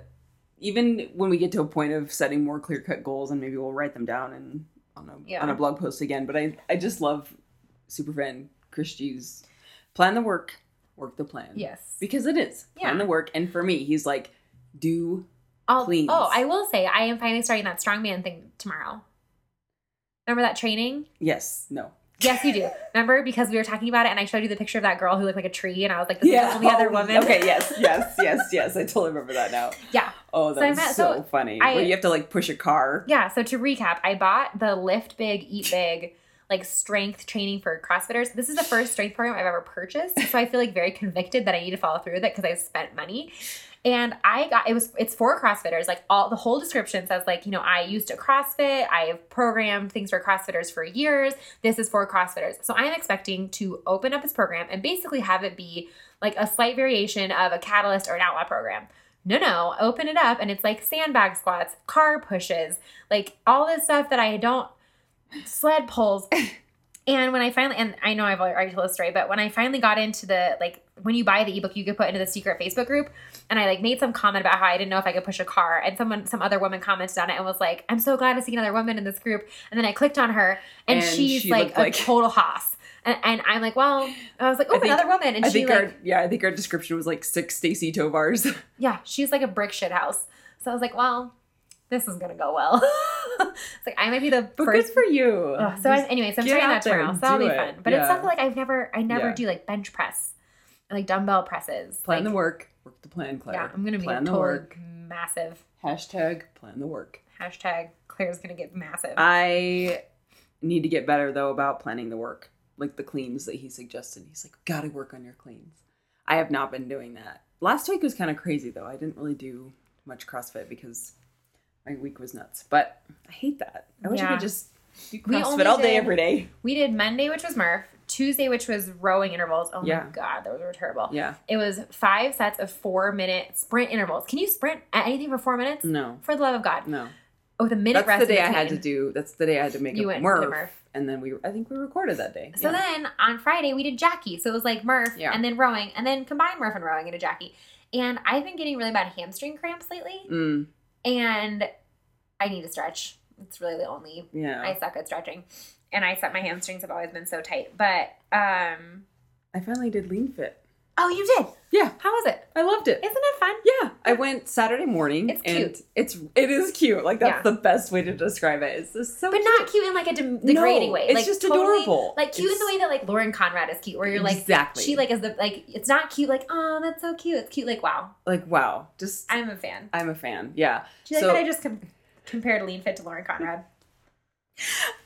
even when we get to a point of setting more clear cut goals, and maybe we'll write them down and on a Yeah. on a blog post again. But I I just love Superfan Christie's plan the work, work the plan. yes. Because it is plan Yeah. the work, and for me, he's like do I'll- please. Oh, I will say I am finally starting that strongman thing tomorrow. Remember that training? yes no Yes, you do. Remember because we were talking about it, and I showed you the picture of that girl who looked like a tree, and I was like, "This is the only other Oh, woman." Okay. Yes. Yes. Yes. Yes. I totally remember that now. Yeah. Oh, So that's I so, met- so funny. I- Where you have to like push a car. Yeah. So to recap, I bought the Lift Big, Eat Big, like strength training for CrossFitters. This is the first strength program I've ever purchased, so I feel like very convicted that I need to follow through with it because I spent money. And I got it was it's for CrossFitters. Like all the whole description says like you know I used to CrossFit. I have programmed things for CrossFitters for years. This is for CrossFitters. So I'm expecting to open up this program and basically have it be like a slight variation of a catalyst or an outlet program. No, no, open it up and it's like sandbag squats, car pushes, like all this stuff that I don't sled pulls. And when I finally, and I know I've already told this story, but when I finally got into the like, when you buy the ebook, you get put into the secret Facebook group, and I like made some comment about how I didn't know if I could push a car, and someone, some other woman commented on it and was like, "I'm so glad to see another woman in this group." And then I clicked on her, and, And she's she like looked a like- total hoss, and, and I'm like, "Well," I was like, I "Oh, think- another woman," and I she think like, our yeah, I think our description was like six Stacy Tovars. yeah, she's like a brick shit house. So I was like, well, this is gonna go well. it's like I might be the But first. Oh, good for you. Ugh, so I, anyway, so I'm Oh, get trying out that there tomorrow. and So that'll do be it. fun. But Yeah. it's stuff that, like I've never, I never Yeah. do like bench press, and, like dumbbell presses. plan like, the work, work the plan, Claire. Yeah, I'm gonna be plan a the totally work. massive. Hashtag plan the work. Hashtag Claire's gonna get massive. I need to get better though about planning the work, like the cleans that he suggested. He's like, gotta work on your cleans. I have not been doing that. Last week was kind of crazy though. I didn't really do much CrossFit because my week was nuts. But I hate that. I wish I Yeah. could just do We only CrossFit all day did- every day. we did Monday, which was Murph. Tuesday, which was rowing intervals. Oh Yeah. my god, those were terrible. Yeah. It was five sets of four minute sprint intervals. Can you sprint at anything for four minutes? No. For the love of God. No. Oh, the minute Mm. That's rest the day I routine. had to do. That's the day I had to make You a went Murph, to Murph. and then we. I think we recorded that day. So yeah. then on Friday we did Jackie. So it was like Murph Yeah. and then rowing and then combined Murph and rowing into Jackie. And I've been getting really bad hamstring cramps lately. Mm, And I need to stretch. It's really the only yeah, I suck at stretching. And I suck my hamstrings have always been so tight. But um I, finally did lean fit. Oh, you did. Yeah, How was it? I loved it. Isn't it fun? Yeah, I went Saturday morning. It's and cute. It's it is cute. Like that's Yeah. the best way to describe it. It's just so But not cute in like a de- degrading No, way. it's like, just totally- adorable. Like cute in It's- the way that like Lauren Conrad is cute, where you're like Exactly. She like is the like it's not cute. Like oh that's so cute. It's cute. Like wow, like wow. Just I'm a fan. I'm a fan. Yeah. Do you So- like that I just com- compared Lean Fit to Lauren Conrad?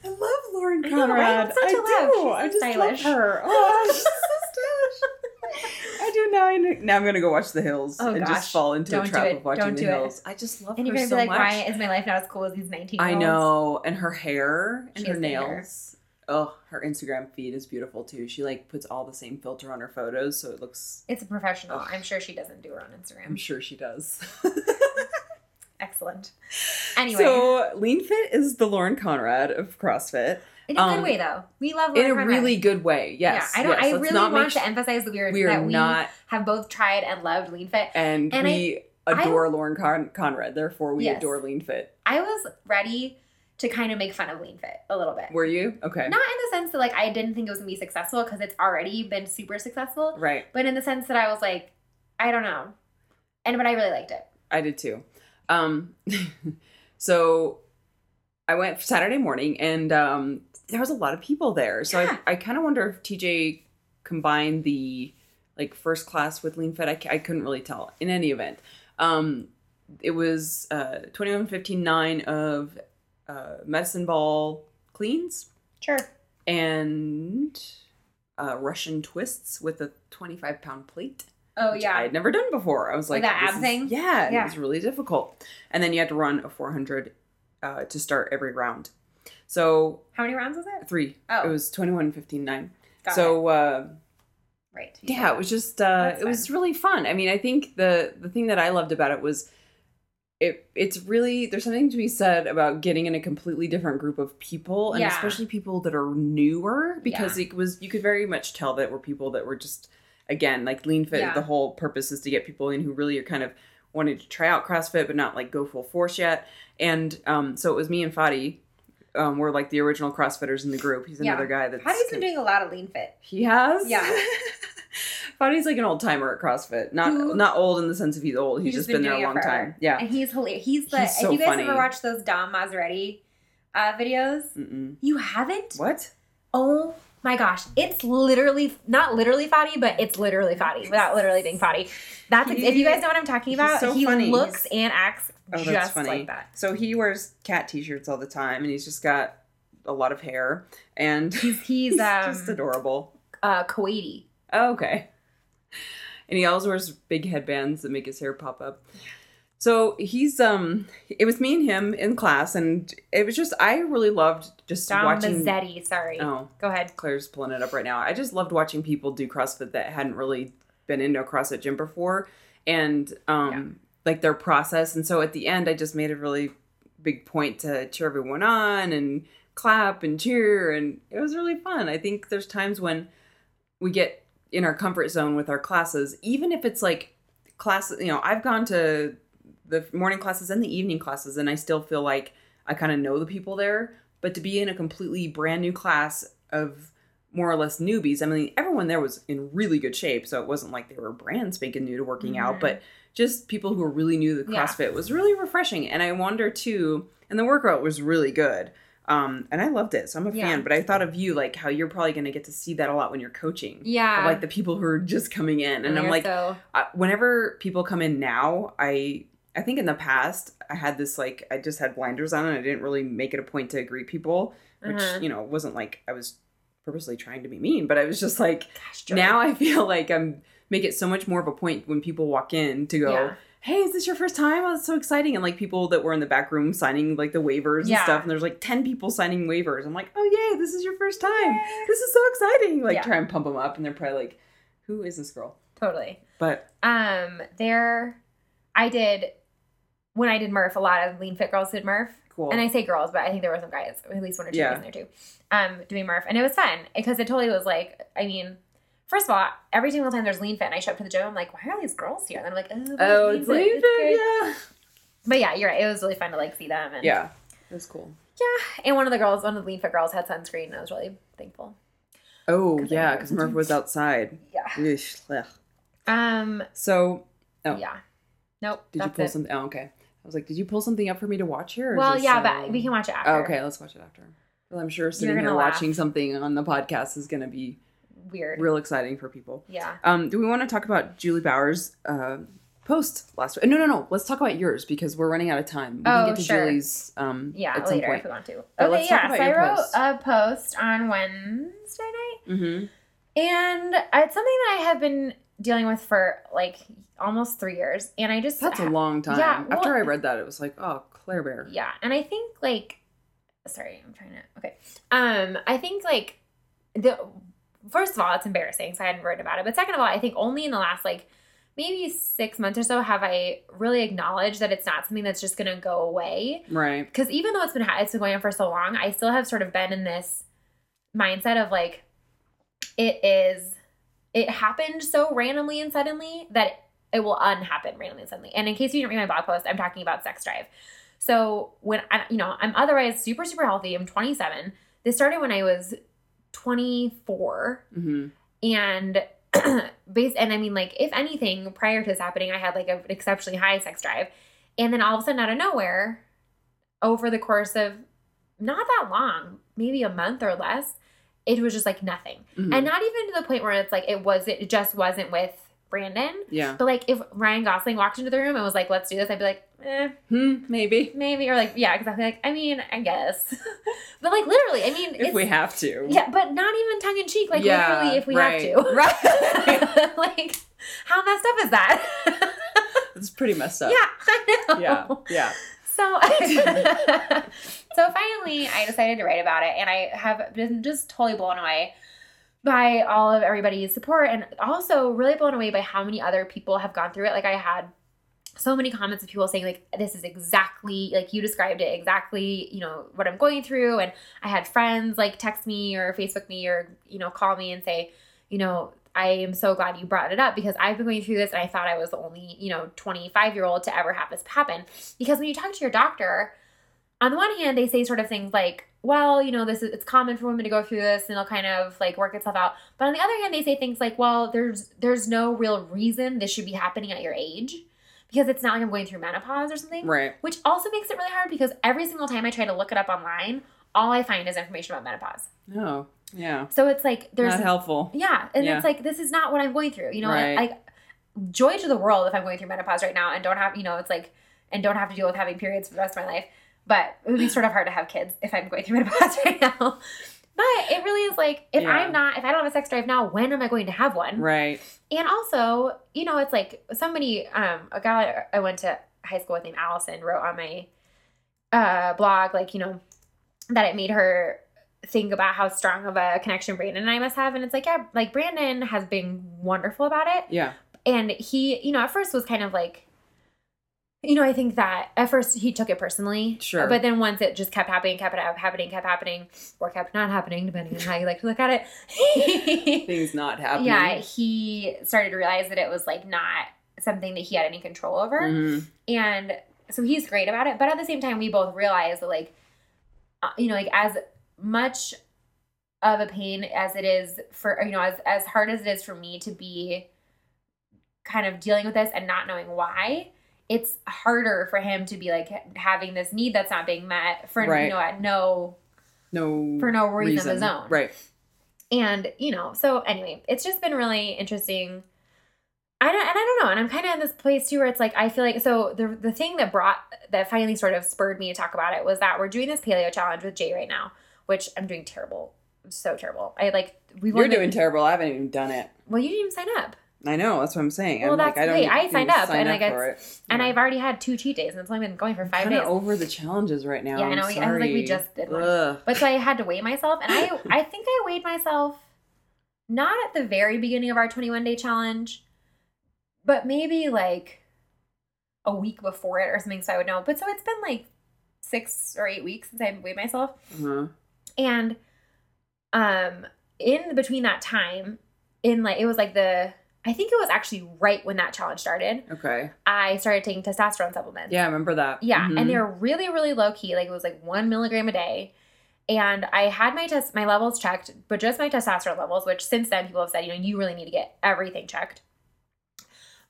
I love Lauren I know, right? Conrad. It's such a love. She's so I just stylish. love her. Oh, she's so stylish. I do now. I know- now I'm gonna go watch The Hills Oh, and gosh. just fall into Don't a do trap it. of watching Don't The do it. Hills. I just love And you're her gonna so be like, much. why is my life not as cool as these 19? I know, and her hair and She her has good hair. nails. Oh, her Instagram feed is beautiful too. She like puts all the same filter on her photos, so it looks. It's a professional. Ugh. Mm. I'm sure she doesn't do her on I'm Instagram. sure she does. Excellent. Anyway, So Lean Fit is the Lauren Conrad of CrossFit in a um, good way though. We love in Lauren a Conrad. really good way. Yes, Oh, yeah, I don't. yes. I Let's really not make want sh- to emphasize the weird We are that we not have both tried and loved Lean Fit. and, And we adore Lauren Con- Conrad. Therefore, we Yes. adore Lean Fit. I was ready to kind of make fun of Lean Fit a little bit. Were you okay? Not in the sense that like I didn't think it was gonna be successful because it's already been super successful, Right, but in the sense that I was like, I don't know, and but I really liked it. I did too. Um, so I went Saturday morning, and um, there was a lot of people there. So Yeah. I, I kind of wonder if TJ combined the like first class with Lean Fit. I, c- I couldn't really tell. In any event, um, it was uh, twenty one fifty nine of uh, medicine ball cleans. Sure. and uh, Russian twists with a 25 pound plate. Oh which yeah. I had never done before. I was Like like, that this ab is- thing? Yeah, Yeah. it was really difficult. And then you had to run a 400 uh, to start every round. So How many rounds was it? three. Oh. It was 21, 15, 9. Got it. so, uh, right. yeah, it was just uh, That's it was really fun. I mean, I think the the thing that I loved about it was it it's really there's something to be said about getting in a completely different group of people and Yeah. especially people that are newer because it was you could very much tell that were people that were just again like lean fit Yeah. the whole purpose is to get people in who really are kind of wanting to try out CrossFit but not like go full force yet. And um so it was me and Fadi um, were like the original CrossFitters in the group. He's Yeah. another guy that's Patty's been doing a lot of Lean Fit. he has. Yeah. Body's like an old timer at CrossFit. Not Who- not old in the sense of he's old. He's, just been, there doing a it long forever. time. Yeah. And he's hilarious. He's the. He's so if you guys funny. ever watched those Dom Maseretti uh, videos, Mm-mm. you haven't. What? Oh my gosh, it's literally not literally fatty, but it's literally fatty without literally being fatty. That's He- if you guys know what I'm talking he's about. so he funny. looks and acts Oh, that's just funny. like that. So he wears cat t-shirts all the time, and he's just got a lot of hair, and he's, He's he's just um adorable. uh, Kuwaiti. Oh, okay. And he always wears big headbands that make his hair pop up. So he's um. It was me and him in class, and it was just I really loved just Dom watching. Mazzetti, sorry. Oh, Go ahead. Claire's pulling it up right now. I just loved watching people do CrossFit that hadn't really been into a CrossFit gym before and um like their process. And so at the end I just made a really big point to cheer everyone on and clap and cheer and it was really fun. I think there's times when we get in our comfort zone with our classes, even if it's like classes, you know, I've gone to the morning classes and the evening classes and I still feel like I kind of know the people there, but to be in a completely brand new class of more or less newbies. I mean, everyone there was in really good shape, so it wasn't like they were brand spanking new to working out, Mhm. but just people who were really new to the Yeah. CrossFit was really refreshing. And I wonder too, and the workout was really good. Um, and I loved it, so I'm a Yeah. fan. But I thought of you, like how you're probably going to get to see that a lot when you're coaching. Yeah. Of, like the people who are just coming in, and I'm like, so, I, whenever people come in now, I I think in the past I had this like I just had blinders on and I didn't really make it a point to greet people, which Uh-huh. you know wasn't like I was purposely trying to be mean, but I was just like gosh, now I feel like I'm make it so much more of a point when people walk in to go. Yeah. Hey, is this your first time? Oh, that's so exciting. And like people that were in the back room signing like the waivers and Yeah. stuff. And there's like 10 people signing waivers. I'm like, oh, yay, this is your first time. This is so exciting. Like Yeah. try and pump them up. And they're probably like, who is this girl? totally. But Um, there, I did when I did Murph. A lot of Lean Fit girls did Murph, cool. and I say girls, but I think there were some guys, at least one or two Yeah. guys in there too, um, doing Murph, and it was fun because it totally was like, I mean. First of all, every single time there's Lean Fit and I show up to the gym, I'm like, why are all these girls here? And I'm like, oh, but Oh, it's Fit, lean it's good." yeah. But yeah, you're right. It was really fun to like see them. And, Yeah, that's cool. Yeah. And one of the girls, one of the Lean Fit girls had sunscreen and I was really thankful. Oh, Cause I yeah, know because it's Murph was outside. Yeah. Yeesh, blech. Um. So Oh. Yeah. Nope. did you that's pull it. something? Oh, okay. I was like, did you pull something up for me to watch here? or is Well, this, yeah, uh, but we can watch it after. Oh, okay, let's watch it after. Well, I'm sure sitting gonna here laugh. watching something on the podcast is going to be Weird. real exciting for people. Yeah. Um, do we want to talk about Julie Bauer's uh, post last week? No, no, no. Let's talk about yours because we're running out of time. We Oh, can get to sure. Julie's um, Yeah. at some later if point. we want to. But okay. let's talk Yeah. about So I your wrote post. a post on Wednesday night. Mm-hmm. And it's something that I have been dealing with for like almost three years. And I just That's a long time. Ah, Yeah, well- After I read that, it was like, oh, Claire Bear. Yeah. And I think like sorry, I'm trying to okay. Um, I think like the first of all, it's embarrassing, so I hadn't written about it. But second of all, I think only in the last like maybe six months or so have I really acknowledged that it's not something that's just gonna go away. Right. because even though it's been ha- it's been going on for so long, I still have sort of been in this mindset of like, it is, it happened so randomly and suddenly that it will unhappen randomly and suddenly. And in case you didn't read my blog post, I'm talking about sex drive. So when I, you know, I'm otherwise super super healthy. I'm 27. This started when I was 24 Mm-hmm. and based and i mean like if anything prior to this happening i had like a, an exceptionally high sex drive and then all of a sudden out of nowhere over the course of not that long maybe a month or less it was just like nothing Mhm. and not even to the point where it's like it wasn't it just wasn't with brandon yeah. but like if ryan gosling walked into the room and was like let's do this i'd be like eh, Hmm, maybe. maybe or like yeah exactly like i mean i guess but like literally i mean If we have to. yeah, but not even tongue in cheek. Like Yeah, literally, if we right, have to. Right. like, how messed up is that? It's pretty messed yeah, up. I know. Yeah. Yeah. So, so finally, I decided to write about it, and I have been just totally blown away by all of everybody's support, and also really blown away by how many other people have gone through it. Like I had so many comments of people saying like this is exactly like you described it exactly you know what i'm going through and i had friends like text me or facebook me or you know call me and say you know i am so glad you brought it up because i've been going through this and i thought i was the only you know 25 year old to ever have this happen because when you talk to your doctor on the one hand they say sort of things like well you know this is it's common for women to go through this and it'll kind of like work itself out but on the other hand they say things like well there's there's no real reason this should be happening at your age because it's not like i'm going through menopause or something Right. which also makes it really hard because every single time i try to look it up online all i find is information about menopause No. Oh, Yeah. so it's like there's Not helpful. yeah and Yeah. it's like this is not what i'm going through you know Right. like joy to the world if i'm going through menopause right now and don't have you know it's like and don't have to deal with having periods for the rest of my life but it would be sort of hard to have kids if i'm going through menopause right now but it really is like if Yeah. i'm not if i don't have a sex drive now when am i going to have one Right. and also, you know, it's like somebody, um, a guy I went to high school with named Allison wrote on my uh, blog, like, you know, that it made her think about how strong of a connection Brandon and I must have. And it's like, yeah, like Brandon has been wonderful about it Yeah. and he you know at first was kind of like you know i think that at first he took it personally Sure. but then once it just kept happening kept hap- happening kept happening or kept not happening depending on how you like to look at it Things not happening. yeah he started to realize that it was like not something that he had any control over Mhm. and so he's great about it but at the same time we both realize that like uh, you know like as much of a pain as it is for you know as, as hard as it is for me to be kind of dealing with this and not knowing why it's harder for him to be like having this need that's not being met for Right. you know at no No. for no reason, of his own Right. and you know so anyway it's just been really interesting i don't and i don't know and i'm kind of in this place too where it's like i feel like so the, the thing that brought that finally sort of spurred me to talk about it was that we're doing this paleo challenge with jay right now which i'm doing terrible I'm so terrible i like we You're weren't- doing terrible. I haven't even done it. well you didn't even sign up I know. That's what I'm saying. Well, I'm like, that's I don't. great. I even signed up, sign and, up like, it's- for it. and Yeah. i've already had two cheat days and it's only been going for five kind days of over the challenges right now. Yeah, I I'm know. I was like, Sorry. we just did one. Ugh. but so i had to weigh myself and i i think i weighed myself not at the very beginning of our 21 day challenge but maybe like a week before it or something so i would know but so it's been like six or eight weeks since i weighed myself Uh-huh. and um in between that time in like it was like the i think it was actually right when that challenge started Okay. i started taking testosterone supplements Yeah, I remember that. yeah, Mhm. and they were really, really low key. Like it was like one milligram a day. And I had my test, my levels checked, but just my testosterone levels, which since then people have said, you know, you really need to get everything checked.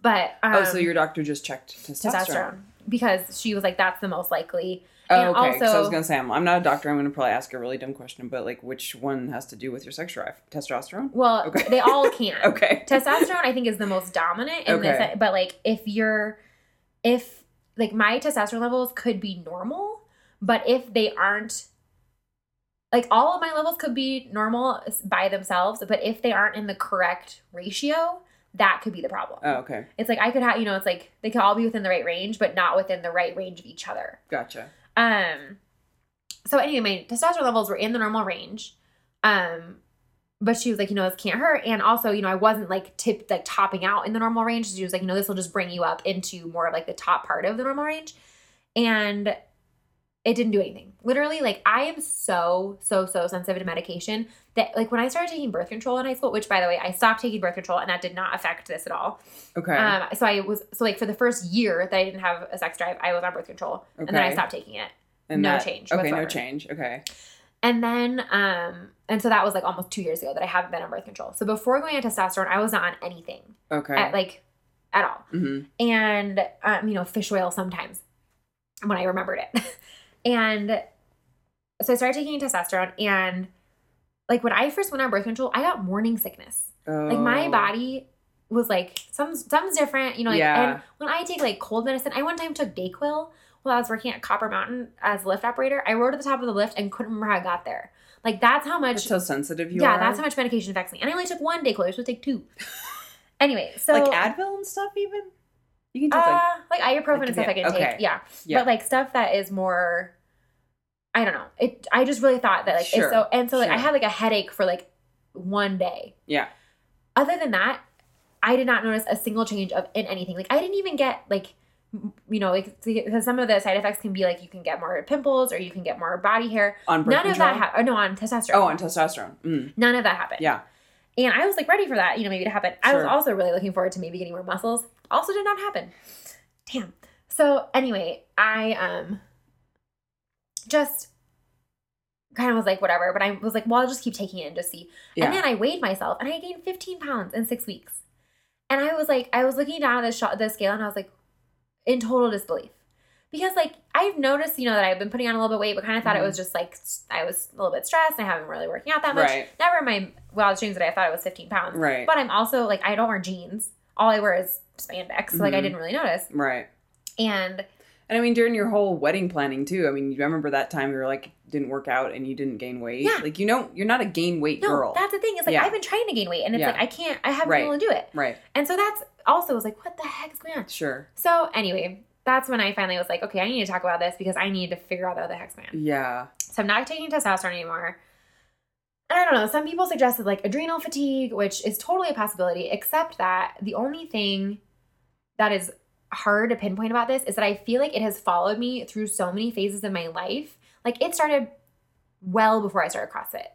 But um, oh, so your doctor just checked testosterone. testosterone because she was like, that's the most likely. Oh, And okay. so I was also- gonna say I'm, I'm not a doctor. I'm gonna probably ask a really dumb question, but like, which one has to do with your sex drive? Testosterone. Well, Okay. they all can. Okay. Testosterone, I think, is the most dominant in Okay. this. But like, if you're, if like my testosterone levels could be normal, but if they aren't, like all of my levels could be normal by themselves, but if they aren't in the correct ratio, that could be the problem. Oh, okay. It's like I could have, you know, it's like they could all be within the right range, but not within the right range of each other. Gotcha. Um, so anyway, my testosterone levels were in the normal range. Um, but she was like, you know, this can't hurt. And also, you know, I wasn't like tipped like topping out in the normal range. She was like, you know, this will just bring you up into more of like the top part of the normal range. And it didn't do anything. Literally, like I am so, so, so sensitive to medication that like when I started taking birth control in high school, which by the way, I stopped taking birth control and that did not affect this at all. Okay. Um, so I was so like for the first year that I didn't have a sex drive, I was on birth control. And then I Okay. stopped taking it and no that- change Okay, no whatsoever. change. Okay. and then um and so that was like almost two years ago that i haven't been on birth control so before going on testosterone i was not on anything Okay. at like at all hmm and um you know fish oil sometimes when i remembered it and so i started taking testosterone and like when i first went on birth control i got morning sickness Oh. like my body was like some some's different, you know. Like, Yeah. And when I take like cold medicine, I one time took Dayquil while I was working at Copper Mountain as a lift operator. I rode to the top of the lift and couldn't remember how I got there. Like that's how much. That's how sensitive you yeah, are. that's how much medication affects me. And I only took one Dayquil. I was supposed to take two. anyway, so like Advil and stuff. Even you can take uh, like like ibuprofen Like, and stuff yeah, I can okay. take. Yeah. Yeah. but like stuff that is more. I don't know. It. I just really thought that like Sure, it's so and so like I sure. had like a headache for like one day yeah. other than that, I did not notice a single change of in anything. Like I didn't even get like m- you know like because some of the side effects can be like you can get more pimples or you can get more body hair. On birth None of control. that happened. No, on testosterone. oh, on testosterone. Mm. None of that happened. Yeah. And I was like ready for that, you know, maybe to happen. I was Sure. also really looking forward to maybe getting more muscles. Also did not happen. Damn. So anyway, I um just kind of was like whatever, but I was like, well, I'll just keep taking it and just see. Yeah. And then I weighed myself and I gained 15 pounds in six weeks. And I was like, I was looking down at the, sh- the scale and I was like, in total disbelief. Because like I've noticed, you know, that I've been putting on a little bit of weight, but kind of thought Mhm. it was just like s- I was a little bit stressed and I haven't really working out that much. Right. Never in my wildest dreams that I thought it was 15 pounds. Right. But I'm also like I don't wear jeans. All I wear is spandex. So, Like I Mhm. didn't really notice. Right. And And I mean, during your whole wedding planning too. I mean, you remember that time you were like didn't work out and you didn't gain weight. Yeah. Like you know, you're not a gain weight no, girl. that's the thing. It's like Yeah. I've been trying to gain weight and it's Yeah. like I can't I haven't Right. been able to do it. right. And so that's also was like, what the heck is going on? Sure. So anyway, that's when I finally was like, okay, I need to talk about this because I need to figure out what the heck's going on. Yeah. So I'm not taking testosterone anymore. And I don't know, some people suggested like adrenal fatigue, which is totally a possibility, except that the only thing that is hard to pinpoint about this is that I feel like it has followed me through so many phases of my life. Like it started well before I started CrossFit.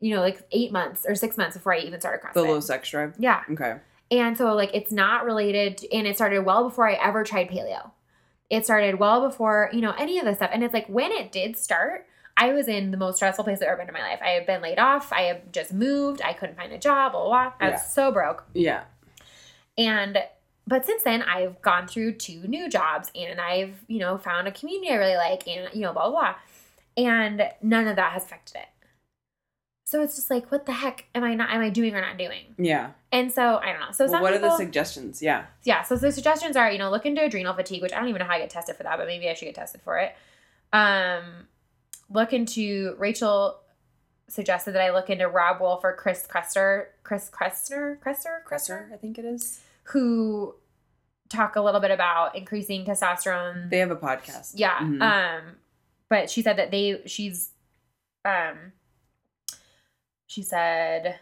You know, like eight months or six months before I even started CrossFit. The low sex drive. yeah. Okay. And so, like, it's not related, to- and it started well before I ever tried paleo. It started well before, you know, any of this stuff. And it's like when it did start, I was in the most stressful place I've ever been in my life. I had been laid off. I had just moved. I couldn't find a job, blah, blah, blah. I Yeah. was so broke. Yeah. And, but since then, I've gone through two new jobs and I've, you know, found a community I really like and, you know, blah, blah, blah. And none of that has affected it. So it's just like, what the heck am I not, am I doing or not doing? Yeah. And so I don't know. So Well, some what people, are the suggestions? Yeah. yeah, so the suggestions are, you know, look into adrenal fatigue, which I don't even know how I get tested for that, but maybe I should get tested for it. Um, look into Rachel suggested that I look into Rob Wolf or Chris Kresser, Chris Kresner, Kresser, Cresser, I think it is. who talk a little bit about increasing testosterone. They have a podcast. yeah, Mhm. um, but she said that they she's, um, she said.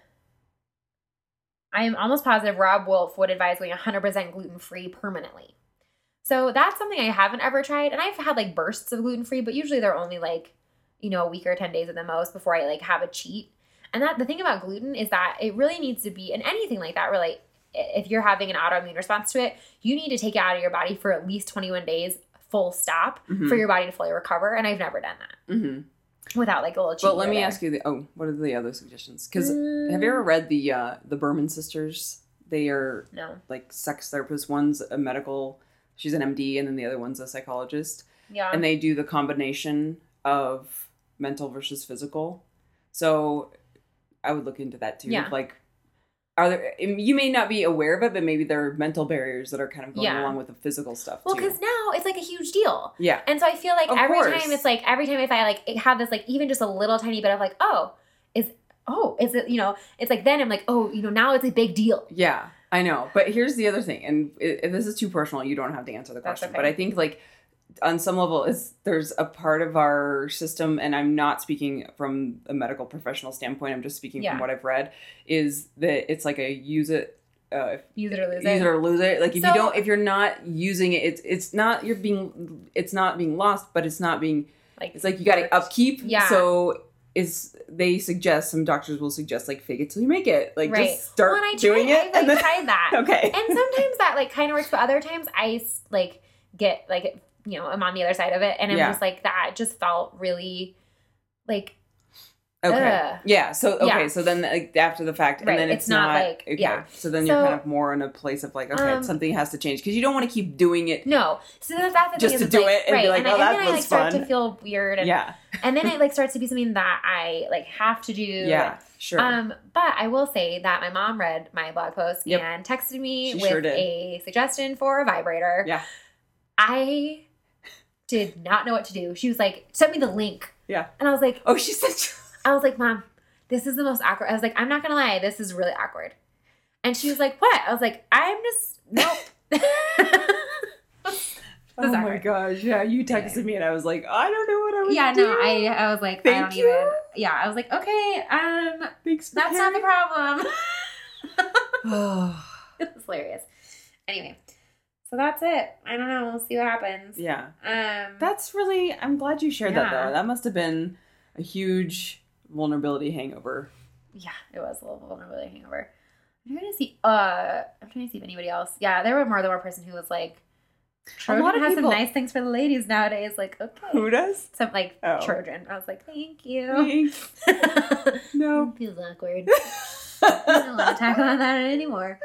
I am almost positive Rob Wolf would advise going 100% gluten free permanently. So that's something I haven't ever tried. And I've had like bursts of gluten free, but usually they're only like, you know, a week or 10 days at the most before I like have a cheat. And that the thing about gluten is that it really needs to be, and anything like that, really, i- if you're having an autoimmune response to it, you need to take it out of your body for at least 21 days, full stop, Mhm. for your body to fully recover. And I've never done that hmm without like a little cheat. But Mm. let me ask you the oh, what are the other suggestions? Because have you ever read the uh the Berman sisters? They are No. like sex therapists. One's a medical, she's an MD, and then the other one's a psychologist. Yeah. And they do the combination of mental versus physical. So I would look into that too. Yeah. Like, are there, you may not be aware of it, but maybe there are mental barriers that are kind of going Yeah. along with the physical stuff well, too. because now it's like a huge deal. yeah. And so I feel like Of every course. time it's like every time if I like have this like even just a little tiny bit of like oh is oh is it you know it's like then I'm like oh you know now it's a big deal. Yeah, I know. But here's the other thing, and i if this is too personal, you don't have to answer the That's question. okay. But I think like on some level, is there's a part of our system, and I'm not speaking from a medical professional standpoint. I'm just speaking Yeah. from what I've read. Is that it's like a use it. Uh, if Use it or lose use it it. or lose it. Like if So- you don't, if you're not using it, it's it's not you're being, it's not being lost, but it's not being Like it's like you got to upkeep. Yeah. So is they suggest some doctors will suggest like fake it till you make it. Like Right. just start Well, and I doing tried, it. I, like, and then, tried that. okay. And sometimes that like kind of works, but other times I s- like get like you know I'm on the other side of it, and I'm Yeah. just like that just felt really like okay. ugh. Yeah. So okay. Yeah. So then like, after the fact, and Right, then it's it's, not not, like- okay. yeah. So then you're So- kind of more in a place of like, okay, Um, something has to change because you don't want to keep doing it. No, so that, that's the Just thing to is, do like, it and be right. like, and, "Oh, I, that and then I like looks start to fun." feel weird, and, Yeah. and then it like starts to be something that I like have to do. Yeah. Sure. Um, but I will say that my mom read my blog post Yep. and texted me She with sure did. a suggestion for a vibrator. Yeah. I did not know what to do. She was like, send me the link. Yeah. And I was like, oh, she said. I was like, Mom, this is the most awkward. I was like, I'm not gonna lie, this is really awkward. And she was like, What? I was like, I'm just nope. Oh my awkward. gosh. Yeah. You texted me and I was like, I don't know what I was. yeah, no, I I was like, I Thank don't you. even yeah, I was like, okay, um, Thanks for that's not the problem. not the. it was hilarious. Anyway, so that's it. I don't know. We'll see what happens. yeah. Um, That's really. I'm glad you shared that Yeah. though. That must have been a huge vulnerability hangover. yeah, it was a little vulnerability hangover. I'm trying to see. Uh, I'm trying to see if anybody else. Yeah, there were more than one person who was like, Trojan lot of has people- some nice things for the ladies nowadays. Like, okay, Who does? some like Oh. Trojan. I was like, thank you. Thanks. No. Feels awkward. I don't want to talk about that anymore.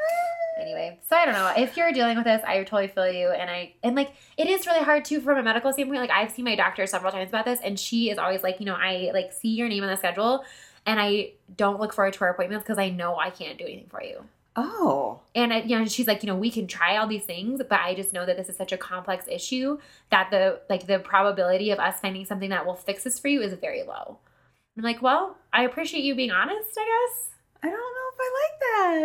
Anyway, so I don't know. If you're dealing with this, I totally feel you. And I and like it is really hard too from a medical standpoint. Like I've seen my doctor several times about this, and she is always like, you know, I like see your name on the schedule, and I don't look forward to our appointments because I know I can't do anything for you. oh. And I, you know, she's like, you know, we can try all these things, but I just know that this is such a complex issue that the like the probability of us finding something that will fix this for you is very low. I'm like, well, I appreciate you being honest, I guess. I don't know if I like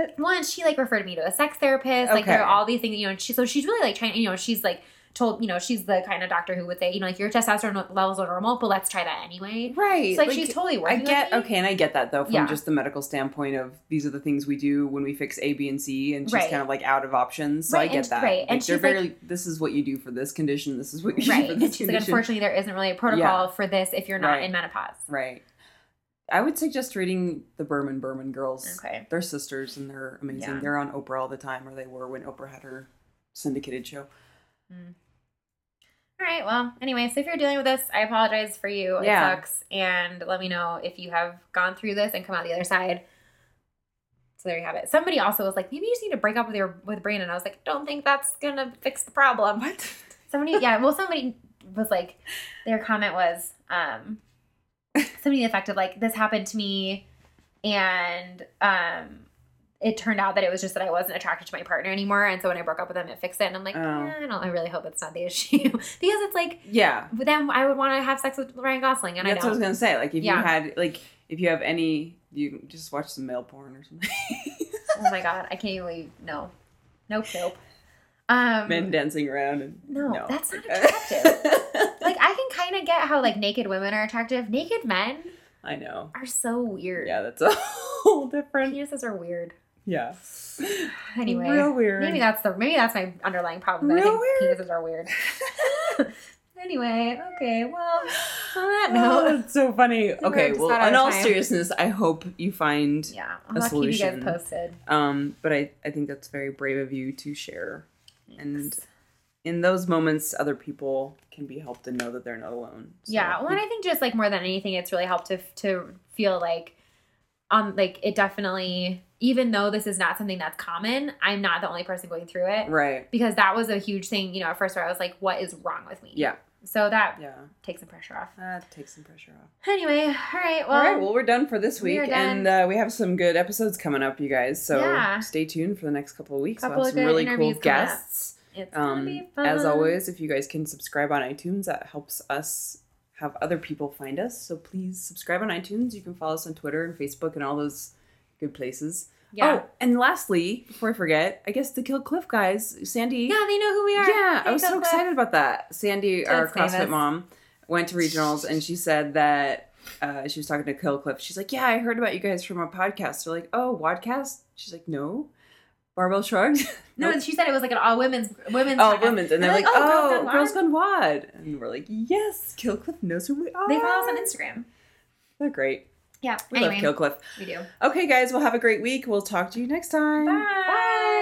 that. Well, and she like referred me to a sex therapist. Like there Okay. are all these things, you know. And she so she's really like trying. You know, she's like told. You know, she's the kind of doctor who would say, you know, like your testosterone levels are normal, but let's try that anyway. Right. It's like, she's totally I working. get with me. okay, and I get that though from Yeah. just the medical standpoint of these are the things we do when we fix A, B, and C, and she's Right. kind of like out of options. So I Right, get and- that. right, Like, and they're she's like- very. this is what you do for this condition. This is what you do Right. for And this she's like, condition. unfortunately, there isn't really a protocol for this if you're not Right. in menopause. right. I would suggest reading the Berman Berman girls. Okay. They're sisters and they're amazing. Yeah. They're on Oprah all the time, or they were when Oprah had her syndicated show. All right. Well, anyway, so if you're dealing with this, I apologize for you. Yeah. It sucks. And let me know if you have gone through this and come out the other side. So there you have it. Somebody also was like, maybe you just need to break up with your with Brandon. I was like, don't think that's gonna fix the problem. What? Somebody, yeah, well, somebody was like, their comment was, um, somebody affected like this happened to me, and um, it turned out that it was just that I wasn't attracted to my partner anymore, and so when I broke up with him, it fixed it, and I'm like, Oh. "Yeah, I don't, I really hope that's not the issue because it's like, Yeah. with them, I would want to have sex with Ryan Gosling, and That's I what I was don't. gonna say. Like if Yeah. you had like if you have any you just watch some male porn or something. oh my god, I can't even. Believe, no, nope, nope. Um, Men dancing around and no, that's not attractive. like I can kind of get how like naked women are attractive. Naked men I know. are so weird. Yeah, that's a whole different Penises are weird. Yeah. Anyway, Real weird. maybe that's the maybe that's my underlying problem. That I Real think penises are weird. anyway, okay, well, on that Oh, note, that's so funny. Okay, just well about out in of all time. seriousness, I hope you find yeah, I'll keep you guys solution. posted. um but I, I think that's very brave of you to share. And in those moments other people can be helped and know that they're not alone. So yeah, well, and I think just like more than anything, it's really helped to to feel like um like it definitely even though this is not something that's common, I'm not the only person going through it Right. because that was a huge thing. You know, at first where I was like, what is wrong with me? Yeah. So that Yeah. takes some pressure off. That takes some pressure off. Anyway, all right. Well, All right. Well, we're done for this we week, are and uh, we have some good episodes coming up, you guys. So Yeah. stay tuned for the next couple of weeks. Couple we'll of have some good really cool interviews coming up. guests. it's gonna Um, be fun. as always, if you guys can subscribe on iTunes, that helps us have other people find us. So please subscribe on iTunes. You can follow us on Twitter and Facebook and all those good places. yeah, Oh, and lastly, before I forget, I guess the Kill Cliff guys, Sandy. yeah, they know who we are. Yeah, They I was know so the- excited about that. Sandy, our Thanks, CrossFit Davis. mom, went to regionals and she said that uh, she was talking to Kill Cliff. She's like, Yeah, I heard about you guys from a podcast. They're like, Oh, Wadcast? She's like, No. Barbell Shrugged? No, Nope. she said it was like an all women's women's. Oh, podcast. women's. And they're like, Girls Gone Oh, Wild." Girls Gone Wad. And we're like, Yes, Kill Cliff knows who we are. They follow us on Instagram. They're great. Yeah. We anyway, love Kill Cliff. we do. Okay, guys, well, have a great week. We'll talk to you next time. Bye.